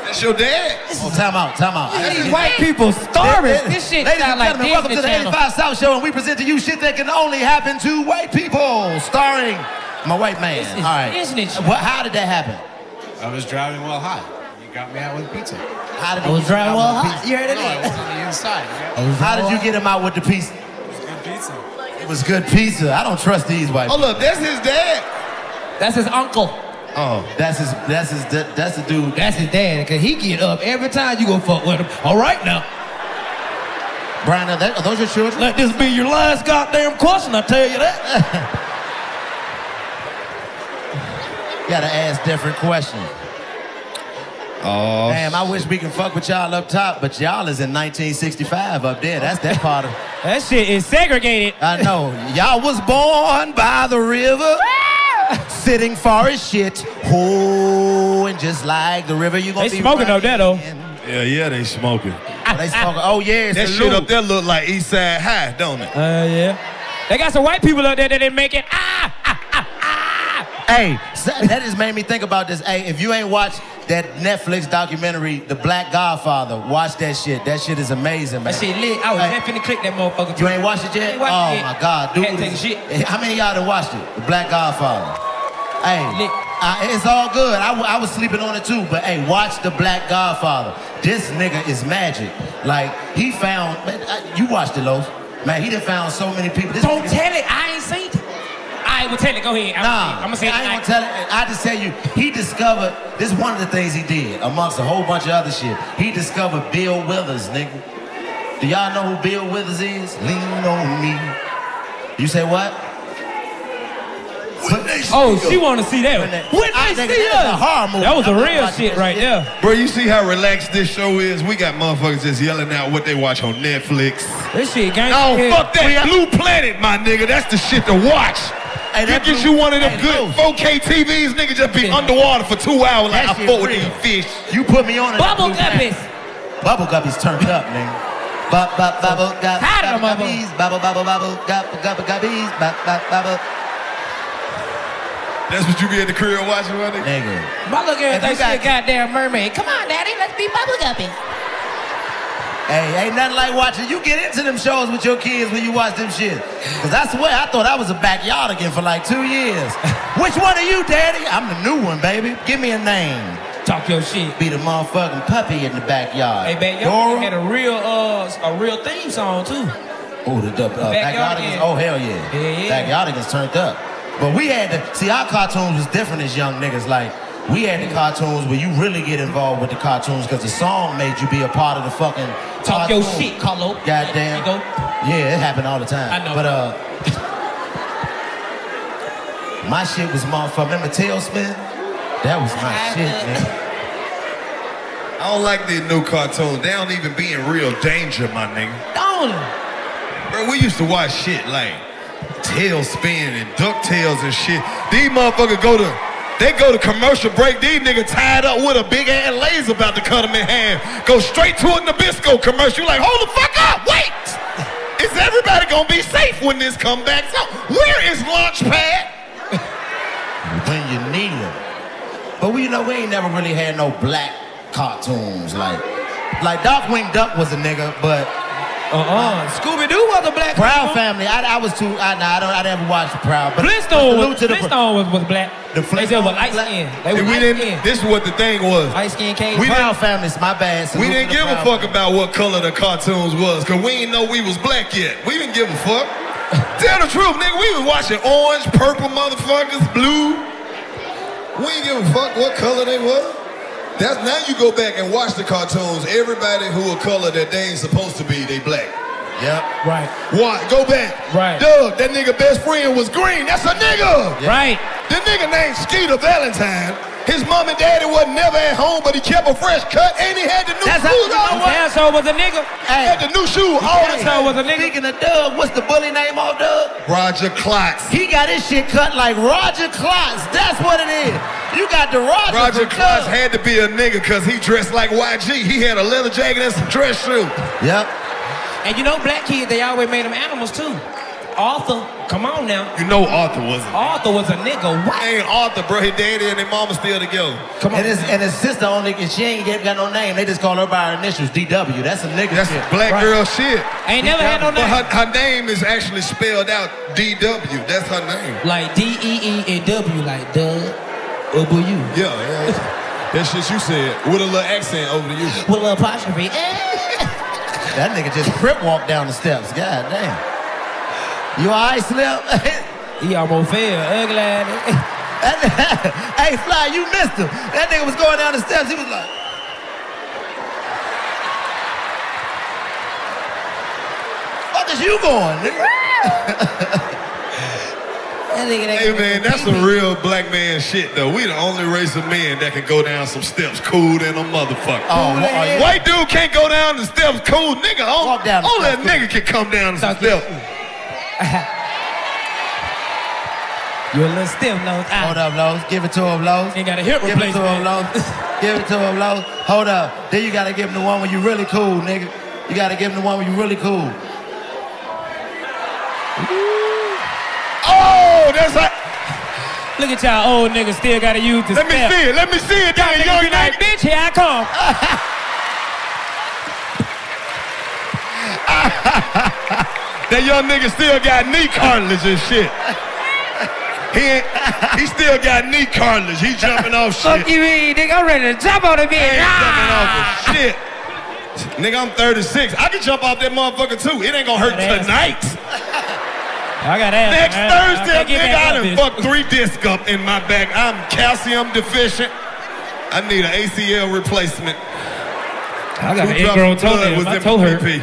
G: That's your dad.
C: Oh, time out, time out.
H: These white people starving. This shit
C: Ladies and
H: sound like
C: gentlemen, welcome to
H: Disney
C: the
H: Channel.
C: 85 South Show, and we present to you shit that can only happen to white people, starring my white man.
W: is
C: All right.
W: Disney Channel.
C: Well, how did that happen?
W: I was driving while high. You got me out with a pizza.
C: How did I was driving while high. You heard it?
W: No, I was on the inside.
C: How did you get him out with the pizza? It was good pizza. I don't trust these white.
G: Oh, look, that's his dad.
C: That's his uncle. Oh, that's his. That's his. that- That's the dude.
I: That's his dad, cause he get up every time you go fuck with him. All right now.
C: Brian, are, that, are those your children?
I: Let this be your last goddamn question, I tell you that.
C: Gotta ask different questions.
G: Oh.
C: Damn, I wish we can fuck with y'all up top, but y'all is in 1965 up there. That's that part of.
I: that shit is segregated.
C: I know. Y'all was born by the river, sitting far as shit. Oh, and just like the river, you gonna
G: They
C: be
G: smoking
C: running.
G: up there, though. Yeah, yeah, they smoking.
C: Oh, they smoking. Oh yeah, it's
G: that
C: the
G: shit
C: lube.
G: up there look like East Side High, don't it?
I: Uh, yeah. They got some white people up there that didn't make it. Ah!
C: Hey, that that just made me think about this. Hey, if you ain't watched that Netflix documentary, The Black Godfather, watch that shit. That shit is amazing, man.
I: That shit lit. I was definitely finna click that motherfucker.
C: You ain't watched it yet?
I: ain't watched
C: oh
I: it yet.
C: my God, dude.
I: Had to take a
C: is-
I: shit.
C: How many of y'all done watched it? The Black Godfather. Hey, I- it's all good. I, w- I was sleeping on it too, but hey, watch The Black Godfather. This nigga is magic. Like, he found, man, I- you watched it, Lowe's. Man, he done found so many people. This
I: Don't
C: nigga-
I: tell it. I ain't seen it. I will tell it. Go ahead. I'm
C: Nah,
I: gonna say it.
C: I ain't gonna tell it. I just tell you, he discovered this is one of the things he did, amongst a whole bunch of other shit. He discovered Bill Withers, nigga. Do y'all know who Bill Withers is? Lean on me. You say what?
I: Oh, she wanna see that. When they,
C: I think
I: see
C: Ah, that is a
I: us.
C: horror movie.
I: That was
C: I'm
I: a
C: not
I: real
C: watching
I: shit right there.
G: Bro, you see how relaxed this show is? We got motherfuckers just yelling out what they watch on Netflix.
I: This shit gang.
G: Oh, fuck that Blue Planet, my nigga. That's the shit to watch.
C: Hey,
G: you
C: that
G: get
C: Blue-
G: you one of them
C: Hey,
G: good 4K TVs, nigga, just be underwater for two hours like I
C: That shit
G: fought with
C: real.
G: these fish.
C: You put me on it.
G: Bubble guppies.
C: Bubble guppies turned up, nigga. Bop, bop, bubble gup,
H: Tired of
C: gubba
H: them
C: guppies, bubble, bubble, bubble, gup, gubba guppies, bop, bop, bubble.
G: That's what you be at the crib watching, my nigga?
J: My look at her,
G: If you
J: think she a
G: got-
J: goddamn mermaid. Come
C: Come on, Daddy, let's be bubblegumming. Hey, ain't nothing like watching. You get into them shows with your kids when you watch them shit. Because I swear, I thought I was a backyard again for like two years. Which one are you, Daddy? I'm the new one, baby. Give me a name.
J: Talk your shit.
C: Be the motherfucking puppy in the backyard.
J: Hey, man, y'all
C: Dora.
J: had a real, uh, a real theme song too.
C: Oh, the, the uh,
J: Backyard
C: Backyardigans.
J: Gang.
C: Oh, hell yeah.
J: Yeah, yeah.
C: Backyardigans turned up. But we had to, see, our cartoons was different as young niggas. Like, we had the cartoons where you really get involved with the cartoons because the song made you be a part of the fucking
J: Talk your
C: cartoon.
J: shit, Carlo.
C: Oh, Goddamn.
J: You go.
C: Yeah, it happened all the time.
J: I know.
C: But, uh, my shit was motherfucker. Remember Tailspin? That was my shit, man.
G: I don't like these new cartoons. They don't even be in real danger, my nigga.
C: Don't.
G: Bro, we used to watch shit like Tailspin and DuckTales and shit. These motherfuckers go to, they go to commercial break. These niggas tied up with a big ass laser about to cut them in half. Go straight to a Nabisco commercial. You Like, hold the fuck up, wait. Is everybody gonna be safe when this comebacks out? Where is Launchpad?
C: When you need them. But we, you know, we ain't never really had no black cartoons. Like, like Darkwing Duck was a nigga, but. Uh-uh. Scooby Doo was a black Proud Family. I, I was too. I, nah, I don't. I never watched Proud. But
J: Flintstone
C: but
J: was-
C: salute to the-
J: Flintstone was, was black.
C: The
J: They said with light skin. They
G: And
J: was
G: we
J: light
G: didn't-
J: skin.
G: This is what the thing was.
J: Light skin came.
G: We
J: Proud
G: didn't-
C: Families, my
G: We
C: bad. Salute
G: didn't
C: to the
G: give a
C: Proud
G: fuck about what color the cartoons was, cause we didn't know we was black yet. We didn't give a fuck. Tell the truth, nigga, we was watching orange, purple motherfuckers, blue. We didn't give a fuck what color they were. That's now you go back and watch the cartoons. Everybody who a color that they ain't supposed to be, they black.
C: Yep.
G: Right. Why? Go back. Right. Doug, that nigga best friend was green. That's a nigga. Right. The nigga named Skeeter Valentine. His mom and daddy wasn't never at home, but he kept a fresh cut and he had the new
C: That's how
G: shoes
C: you know
G: on.
C: what?
J: Asshole was a nigga.
G: Had the new shoe all the time.
C: was a nigga. Speaking of Doug, what's the bully name on Doug?
G: Roger Klotz.
C: He got his shit cut like Roger Klotz. That's what it is. You got the Roger.
G: Roger
C: from
G: Klotz
C: Doug.
G: had to be a nigga because he dressed like YG. He had a leather jacket and some dress shoes.
C: Yep.
J: And you know, black kids, they always made them animals too. Arthur, come on now.
G: You know Arthur was a
J: Arthur was a nigga. What?
G: Ain't Arthur, bro. His daddy and his mama still together.
C: Come on. And his, and his sister only, and she ain't got no name. They just call her by her initials, DW. That's a nigga That's shit.
G: Black girl shit. But
C: But
G: her, her name is actually spelled out DW. That's her name.
J: Like D E E and W, like Doug, Ubu you.
G: Yeah, yeah. yeah. that shit you said with a little accent over to you.
C: With a little apostrophe. Eh. That nigga just crip walked down the steps. God damn. You alright, Slip?
J: he almost fell. Ugly
C: Hey, Fly, you missed him. That nigga was going down the steps. He was like. Fuck is you going, nigga?
G: Hey man, that's some real black man shit though. We the only race of men that can go down some steps cool than a motherfucker.
C: Oh, what are you-
G: white dude can't go down the steps cool, nigga. Only,
C: down the
G: only a
C: steps cool.
G: nigga can come down the steps.
J: You a little stiff, Lowe's.
C: Hold up, Lowe's. Give it to him, Lowe's.
J: Ain't got a hip
C: Give it to him,
J: replacement.
C: Lowe's. give it to him, Lowe's. Hold up. Then you gotta give him the one when you really cool, nigga. You gotta give him the one when you really cool.
G: Oh, that's like.
J: Look at y'all old niggas still gotta use the
G: Let me
J: step.
G: see it. Let me see it. Down
J: Y'all
G: young
J: niggas be like,
G: nigga.
J: bitch, here I come.
G: That young nigga still got knee cartilage and shit. He ain't, he still got knee cartilage. He jumping off shit.
J: Fuck you, mean, nigga. I'm ready to jump on the Ah. bitch.
G: jumping off of shit. Nigga, I'm 36. I can jump off that motherfucker too. It ain't gonna hurt
J: That ass.
G: tonight.
J: I got ass.
G: Next
J: man.
G: Thursday,
J: I can't get
G: nigga,
J: back
G: I
J: up
G: done
J: this.
G: fucked three disc up in my back. I'm calcium deficient. I need an ACL replacement.
J: I got
G: Two
J: an
G: drops
J: ingrown
G: of blood
J: toenail.
G: was
J: My
G: in
J: toe hurt.
G: PP.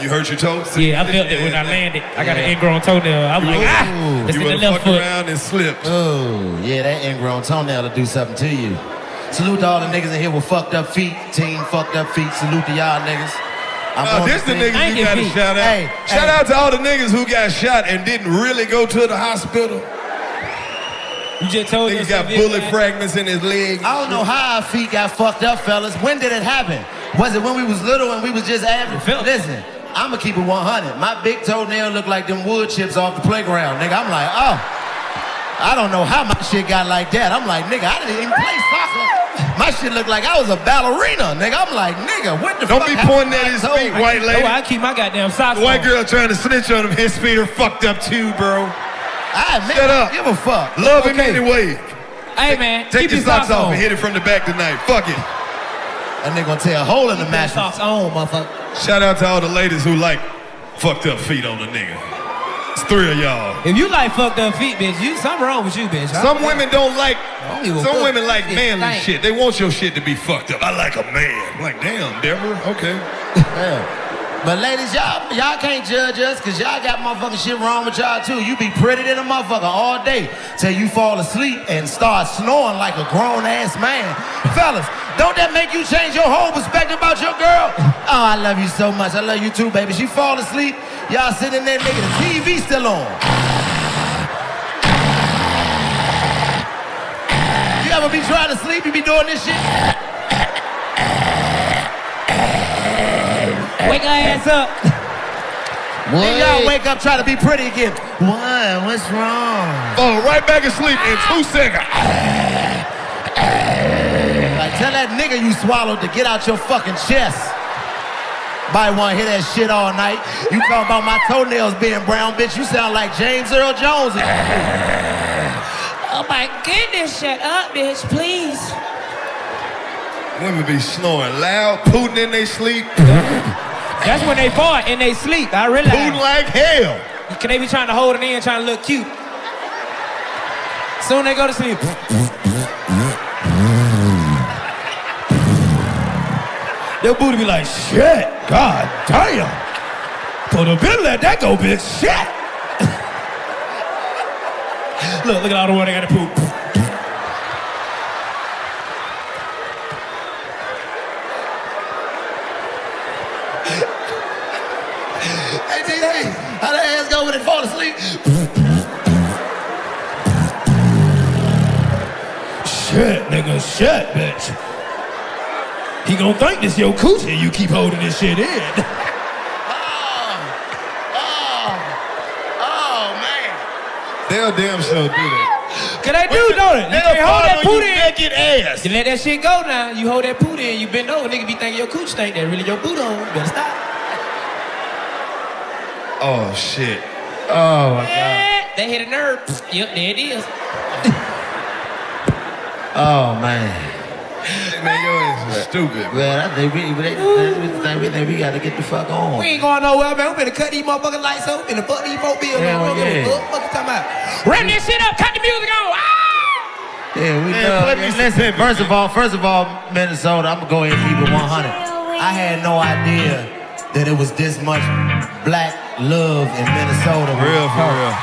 G: You hurt your toe?
J: Yeah, I felt it when I landed. I got an ingrown toenail. I'm like, ah, it's
C: You
J: in the
C: would've
J: left
C: fucked
J: foot. Uh,
G: around and slipped.
C: Oh, yeah, that ingrown toenail will do something to you. Salute to all the niggas in here with fucked up feet. Team fucked up feet. Salute to y'all niggas.
J: Oh,
G: Now,
C: on
G: this the
C: scene.
G: niggas you gotta shout out.
C: Hey,
G: shout out to all the niggas who got shot and didn't really go to the hospital.
J: You just told
G: Niggas got bullet fragments in his leg.
C: I don't know how our feet got fucked up, fellas. When did it happen? Was it when we was little and we was just average? Listen, I'ma keep it 100. My big toenail looked like them wood chips off the playground, nigga. I'm like, oh. I don't know how my shit got like that. I'm like, nigga, I didn't even play soccer. My shit looked like I was a ballerina, nigga. I'm like, nigga, what the fuck?
G: Don't be pointing at his feet, white lady.
C: I
J: Oh, keep my goddamn socks
G: The white girl trying to snitch on him. His feet are fucked up too, bro.
C: I admit,
G: Shut up.
C: Give a fuck.
G: Love him
C: Okay.
G: anyway.
J: Hey man,
G: take
C: keep
G: your
C: your socks
G: socks off
C: on.
G: and hit it from the back tonight. Fuck it.
C: That nigga gonna tear a hole in the mattress.
J: Socks on, motherfucker.
G: Shout out to all the ladies who like fucked up feet on a nigga. It's three of y'all.
J: If you like fucked up feet, bitch, you something wrong with you, bitch. I
G: Some
J: don't-
G: women don't like.
J: I don't give a
G: Some
J: fuck.
G: women like
J: Shit
G: manly
J: stank.
G: shit. They want your shit to be fucked up. I like a man. Like damn, Deborah. Okay.
C: But ladies, y'all, y'all can't judge us because y'all got motherfucking shit wrong with y'all too. You be pretty than a motherfucker all day till you fall asleep and start snoring like a grown ass man. Fellas, don't that make you change your whole perspective about your girl? Oh, I love you so much. I love you too, baby. She fall asleep. Y'all sitting there, nigga, the TV still on. You ever be trying to sleep? You be doing this shit?
J: Wake her ass up.
C: Then y'all wake up trying to be pretty again. What? What's wrong?
G: Fall right back asleep in two seconds.
C: Like, tell that nigga you swallowed to get out your fucking chest. Might want to hear that shit all night. You talking about my toenails being brown, bitch. You sound like James Earl Jones.
H: Oh my goodness, shut up, bitch, please.
G: Women be snoring loud, pooting in their sleep.
J: That's when they fart in they sleep. I realize. Pooting
G: like hell.
J: Can they be trying to hold it in, trying to look cute? Soon they go to sleep.
H: Their booty be like, shit, god damn. Put a bit let that go, bitch, shit.
J: Look, look at all the water I gotta poop.
C: Hey, hey, hey, how the ass go when it fall asleep?
H: Shit, nigga, shit, bitch. He gonna think this your coochie you keep holding this shit in.
C: Oh, oh,
G: They'll damn sure do that.
J: Can they do, don't it?
G: They'll
J: They hold that
G: follow you
J: booty in.
G: naked ass.
J: You let that shit go now. You hold that booty in. You bend over. Nigga be thinking your cooch stink. That really your boot on. You better stop.
G: Oh shit. Oh my god.
J: They hit a nerve. Yep, there it is.
C: Oh, man.
G: Man, your ass is stupid.
C: Man, I think we, we, we, think we, think we gotta get the fuck on.
J: We ain't going nowhere, man. We better cut these motherfucking lights off and fuck these folk bills.
C: Hell
J: man. We don't
C: yeah.
J: give a fuck. Fuck you talking about. Wrap this shit up. Cut the music on. Ah!
C: Yeah, we
J: Man,
C: know.
J: play me
C: Yeah,
J: some
C: listen, first of all, first of all, Minnesota, I'm gonna go ahead and keep it 100. I had no idea that it was this much black love in Minnesota. Real, for real.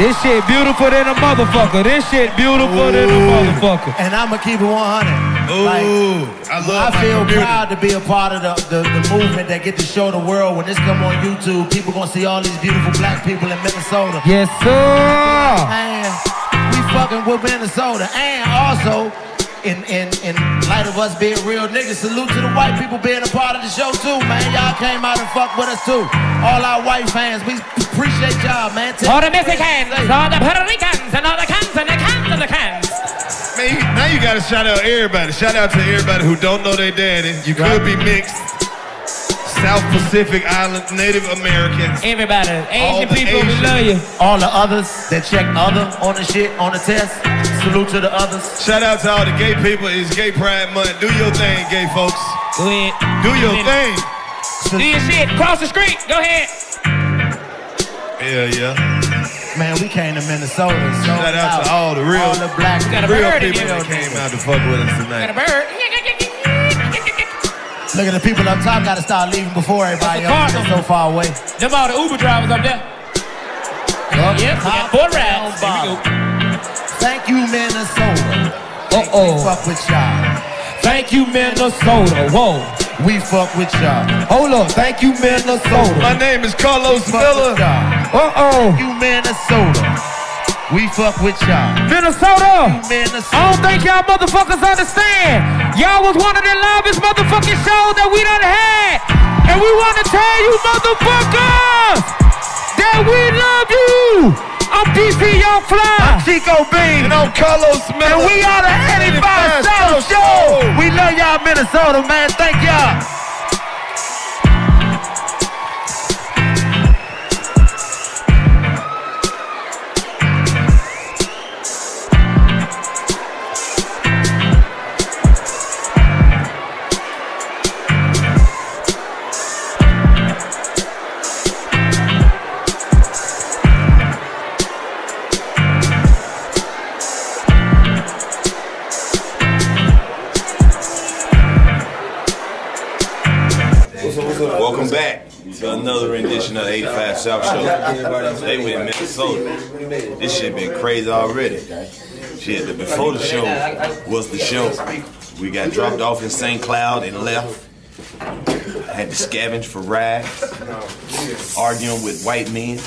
J: This shit beautiful than a motherfucker. This shit beautiful than a motherfucker.
C: And I'm gonna keep it 100. Ooh,
G: I
J: love my
C: feel
J: community.
C: proud to be a part of the, the, the movement that get to show the world when this come on YouTube. People gonna see all these beautiful black people in Minnesota.
J: Yes, sir.
C: And we fucking with Minnesota. And also, in, in, in light of us being real niggas, salute to the white people being a part of the show too, man. Y'all came out and fucked with us too. All our white fans, we appreciate y'all, man. Tell
H: All the
C: your friends
H: Mexicans,
C: to say-
H: all the Puerto Ricans, and all the cans, and the cans, and the cans.
G: Man, you, now you gotta shout out everybody. Shout out to everybody who don't know their daddy. You could be mixed. South Pacific Island Native Americans.
J: Everybody.
G: All the Asians.
C: All the others that check other on the shit, on the test. Salute to the others.
G: Shout out to all the gay people. It's Gay Pride Month. Do your thing, gay folks.
J: Go ahead.
G: Do your thing.
J: Do your shit. Cross the street. Go ahead.
G: Yeah, yeah.
C: Man, we came to Minnesota. So
G: Shout out to all the real,
C: all the black
G: real people that came out to fuck with us tonight.
C: Look at the people up top gotta start leaving before everybody else.
J: That's the
C: They're so far away.
J: Them all the Uber drivers up there.
C: Up
J: yep, we got
C: top,
J: four
C: down
J: rides. Here we go.
C: Thank you, Minnesota. Uh
J: oh.
C: Fuck with y'all.
J: Thank you, Minnesota. Whoa.
C: We fuck with y'all.
J: Hold up. Thank you, Minnesota.
G: My name is Carlos
C: Miller.
J: Uh oh.
C: You Minnesota. We fuck with y'all.
J: Minnesota.
C: Minnesota.
J: I don't think y'all motherfuckers understand. Y'all was one of the loudest motherfucking shows that we done had. And we want to tell you motherfuckers that we love you.
F: I'm DC Young Fly. I'm Chico Bean.
X: And I'm Carlos Miller.
F: And we are the 85 South Show. We love y'all, Minnesota, man. Thank y'all.
G: Welcome back to another rendition of the 85 South Show. Today we're in Minnesota. This shit been crazy already. Shit, the before the show was the show. We got dropped off in St. Cloud and left. Had to scavenge for rides, arguing with white men.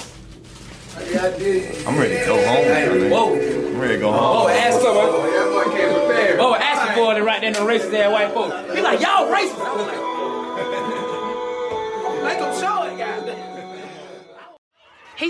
G: I'm ready to go home. man. I'm ready to go home.
J: Oh, ask him. Oh, ask him for it right there in the racist ass white folks. He like, y'all racist. I was like, Make them show it, guys.
A: Hey